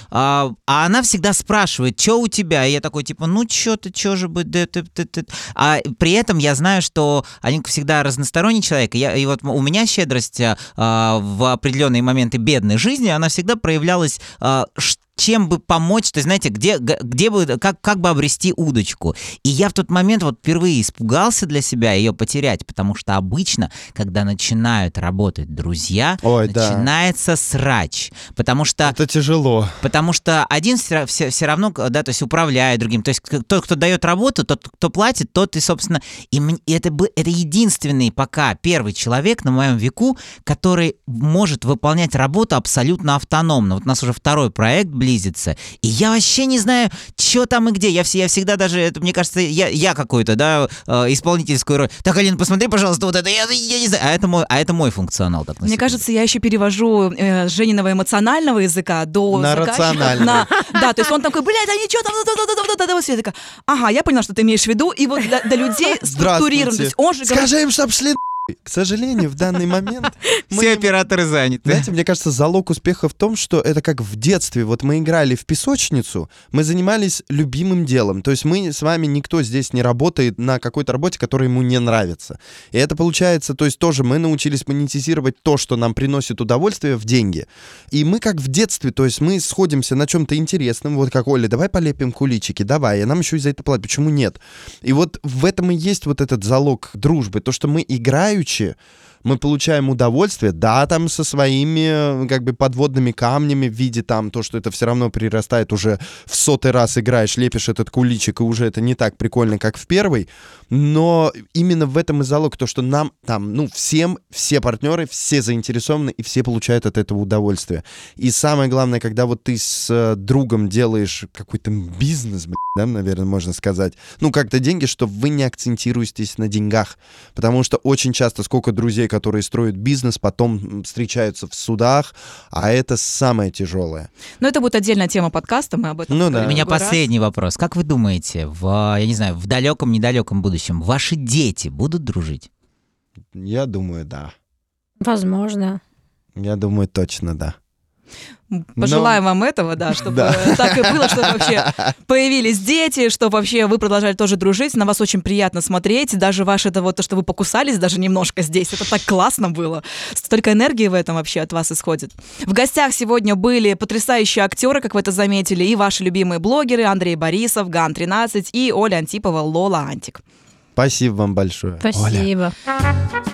S1: а, а она всегда спрашивает, что у тебя? И я такой, типа, ну чё ты, чё же бы, да, ты, ты, ты». А при этом я знаю, что Алинка всегда разносторонний человек. И, я, и вот у меня щедрость а, а, в определенные моменты бедной жизни, она всегда проявлялась а, ш- чем бы помочь, то есть, знаете, где, г- где бы, как, как бы обрести удочку. И я в тот момент вот впервые испугался для себя ее потерять, потому что обычно, когда начинают работать друзья,
S3: Ой, да.
S1: начинается срач, потому что
S3: Это тяжело.
S1: Потому что один все, равно, да, то есть управляет другим. То есть к- тот, кто дает работу, тот, кто платит, тот и, собственно, и мн- и это, бы- это единственный пока первый человек на моем веку, который может выполнять работу абсолютно автономно. Вот у нас уже второй проект близится, и я вообще не знаю, что там и где. Я, все, я всегда даже, это, мне кажется, я, я какой-то, да, э, исполнительскую роль. Так, Алина, посмотри, пожалуйста, вот это, я, я не знаю. А это мой, а это мой функционал. Так, на
S2: Мне
S1: секунду.
S2: кажется, я еще перевожу э, с Жениного эмоционального языка до
S3: На
S2: заказчика
S3: рациональный.
S2: на- да, то есть он такой, блядь, они что там, да-да-да-да-да-да, вот всё». Я такая, ага, я поняла, что ты имеешь в виду, и вот для, для людей структурирован. То
S3: Здравствуйте.
S2: есть он же говорит,
S3: Скажи им, чтоб шли нахуй. К сожалению, в данный момент... мы
S1: все
S3: не-
S1: операторы заняты.
S3: Знаете, мне кажется, залог успеха в том, что это как в детстве. Вот мы играли в песочницу, мы занимались любимым делом. То есть мы с вами, никто здесь не работает на какой-то работе, которая ему не нравится. И это получается, то есть тоже мы научились монетизировать то, что нам приносит удовольствие в деньги. И мы как в детстве, то есть мы сходимся на чем-то интересном, вот как Оля, давай полепим куличики, давай, а нам еще и за это платят. Почему нет? И вот в этом и есть вот этот залог дружбы, то, что мы играючи мы получаем удовольствие, да, там со своими э, как бы подводными камнями в виде там то, что это все равно прирастает уже в сотый раз играешь, лепишь этот куличик, и уже это не так прикольно, как в первый, но именно в этом и залог, то, что нам там, ну, всем, все партнеры, все заинтересованы, и все получают от этого удовольствие. И самое главное, когда вот ты с э, другом делаешь какой-то бизнес, блин, да, наверное, можно сказать, ну, как-то деньги, что вы не акцентируетесь на деньгах, потому что очень часто сколько друзей, которые строят бизнес, потом м, встречаются в судах, а это самое тяжелое.
S2: Но «Ну, это будет отдельная тема подкаста, мы об этом
S3: Ну
S2: поговорим
S3: да.
S1: У
S2: в
S1: меня
S2: другой раз.
S1: последний вопрос. Как вы думаете, в, я не знаю, в далеком, недалеком будущем ваши дети будут дружить?
S3: Я думаю, да.
S4: Возможно.
S3: Я думаю, точно да.
S2: Пожелаем вам этого, да, чтобы
S3: Да.
S2: э, так и было, чтобы вообще появились дети, чтобы вообще вы продолжали тоже дружить. На вас очень приятно смотреть. Даже ваше это вот то, что вы покусались даже немножко здесь. Это так классно было. Столько энергии в этом вообще от вас исходит. В гостях сегодня были потрясающие актеры, как вы это заметили, и ваши любимые блогеры Андрей Борисов, Ган-13 и Оля Антипова, Лола Антик.
S3: Спасибо вам большое. Оля.
S4: Спасибо.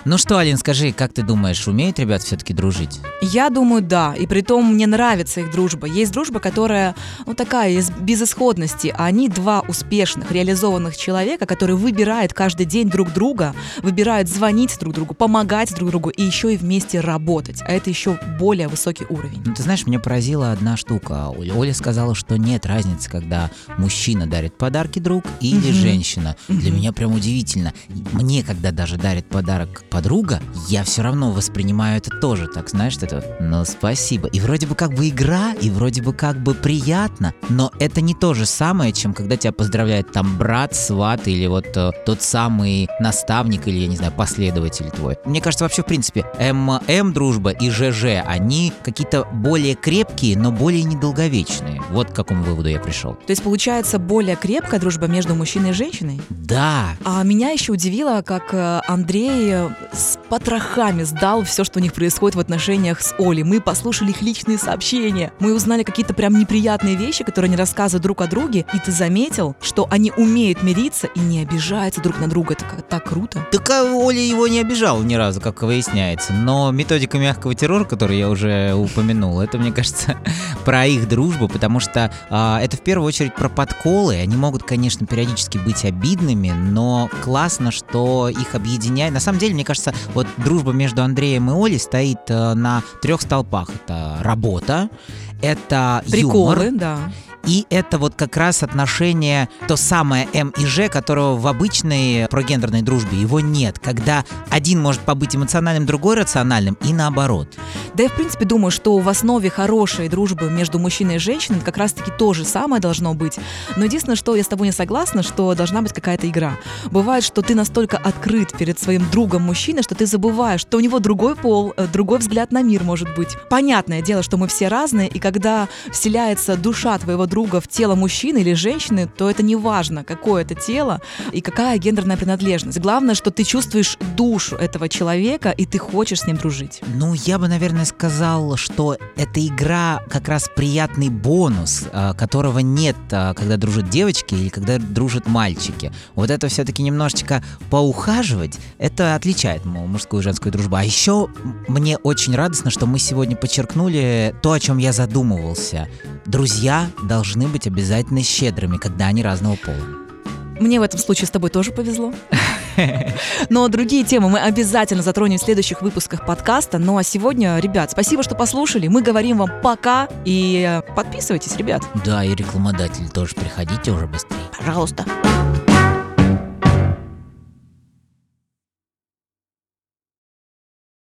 S1: Ну что, Алин, скажи, как ты думаешь, умеют ребят все-таки дружить?
S2: Я думаю, да. И притом мне нравится их дружба. Есть дружба, которая, ну, такая, из безысходности. А они два успешных, реализованных человека, которые выбирают каждый день друг друга, выбирают звонить друг другу, помогать друг другу и еще и вместе работать. А это еще более высокий уровень.
S1: Ну, ты знаешь, меня поразила одна штука. Оля Оля сказала, что нет разницы, когда мужчина дарит подарки друг или
S2: Мгм.
S1: женщина. Для
S2: Мгм.
S1: меня прям удивительно. Мне, когда даже дарит подарок подруга, я все равно воспринимаю это тоже так, знаешь, это ну спасибо. И вроде бы как бы игра, и вроде бы как бы приятно, но это не то же самое, чем когда тебя поздравляет там брат, сват или вот э, тот самый наставник или, я не знаю, последователь твой. Мне кажется, вообще, в принципе, ММ дружба и ЖЖ, они какие-то более крепкие, но более недолговечные. Вот к какому выводу я пришел.
S2: То есть получается более крепкая дружба между мужчиной и женщиной.
S1: Да,
S2: А меня еще удивило, как э, Андрей э, с потрохами сдал все, что у них происходит в отношениях с Олей. Мы послушали их личные сообщения. Мы узнали какие-то прям неприятные вещи, которые они рассказывают друг о друге. И ты заметил, что они умеют мириться и не обижаются друг на друга. Это как- так круто.
S1: Так а Оля его не обижала ни разу, как выясняется. Но методика мягкого террора, которую я уже упомянул, это, мне кажется, про их дружбу, потому что а, это в первую очередь про подколы. Они могут, конечно, периодически быть обидными, но классно, что их объединяет. На самом деле, мне кажется, вот дружба между Андреем и Олей стоит э, на трех столпах. Это работа, это юмор,
S2: Приколы, да.
S1: и это вот как раз отношение, то самое М и Ж, которого в обычной прогендерной дружбе его нет, когда один может побыть эмоциональным, другой рациональным, и наоборот.
S2: Да я, в принципе, думаю, что в основе хорошей дружбы между мужчиной и женщиной как раз-таки то же самое должно быть. Но единственное, что я с тобой не согласна, что должна быть какая-то игра. Бывает, что ты настолько открыт перед своим другом мужчиной, что ты забываешь, что у него другой пол, э, другой взгляд на мир может быть. Понятное дело, что мы все разные, и когда вселяется душа твоего друга в тело мужчины или женщины, то это не важно, какое это тело и какая гендерная принадлежность. Главное, что ты чувствуешь душу этого человека, и ты хочешь с ним дружить.
S1: Ну, я бы, наверное, сказал, что эта игра как раз приятный бонус, а, которого нет, а, когда дружат девочки или когда дружат мальчики. Вот это все-таки немножечко поухаживать, это отличает м- мужскую и женскую дружбу. А еще мне очень радостно, что мы сегодня подчеркнули то, о чем я задумывался. Друзья должны быть обязательно щедрыми, когда они разного пола.
S2: Мне в этом случае с тобой тоже повезло. Но другие темы мы обязательно затронем в следующих выпусках подкаста. Ну а сегодня, ребят, спасибо, что послушали. Мы говорим вам пока и э, подписывайтесь, ребят.
S1: Да, и рекламодатель тоже, приходите уже быстрее.
S2: Пожалуйста.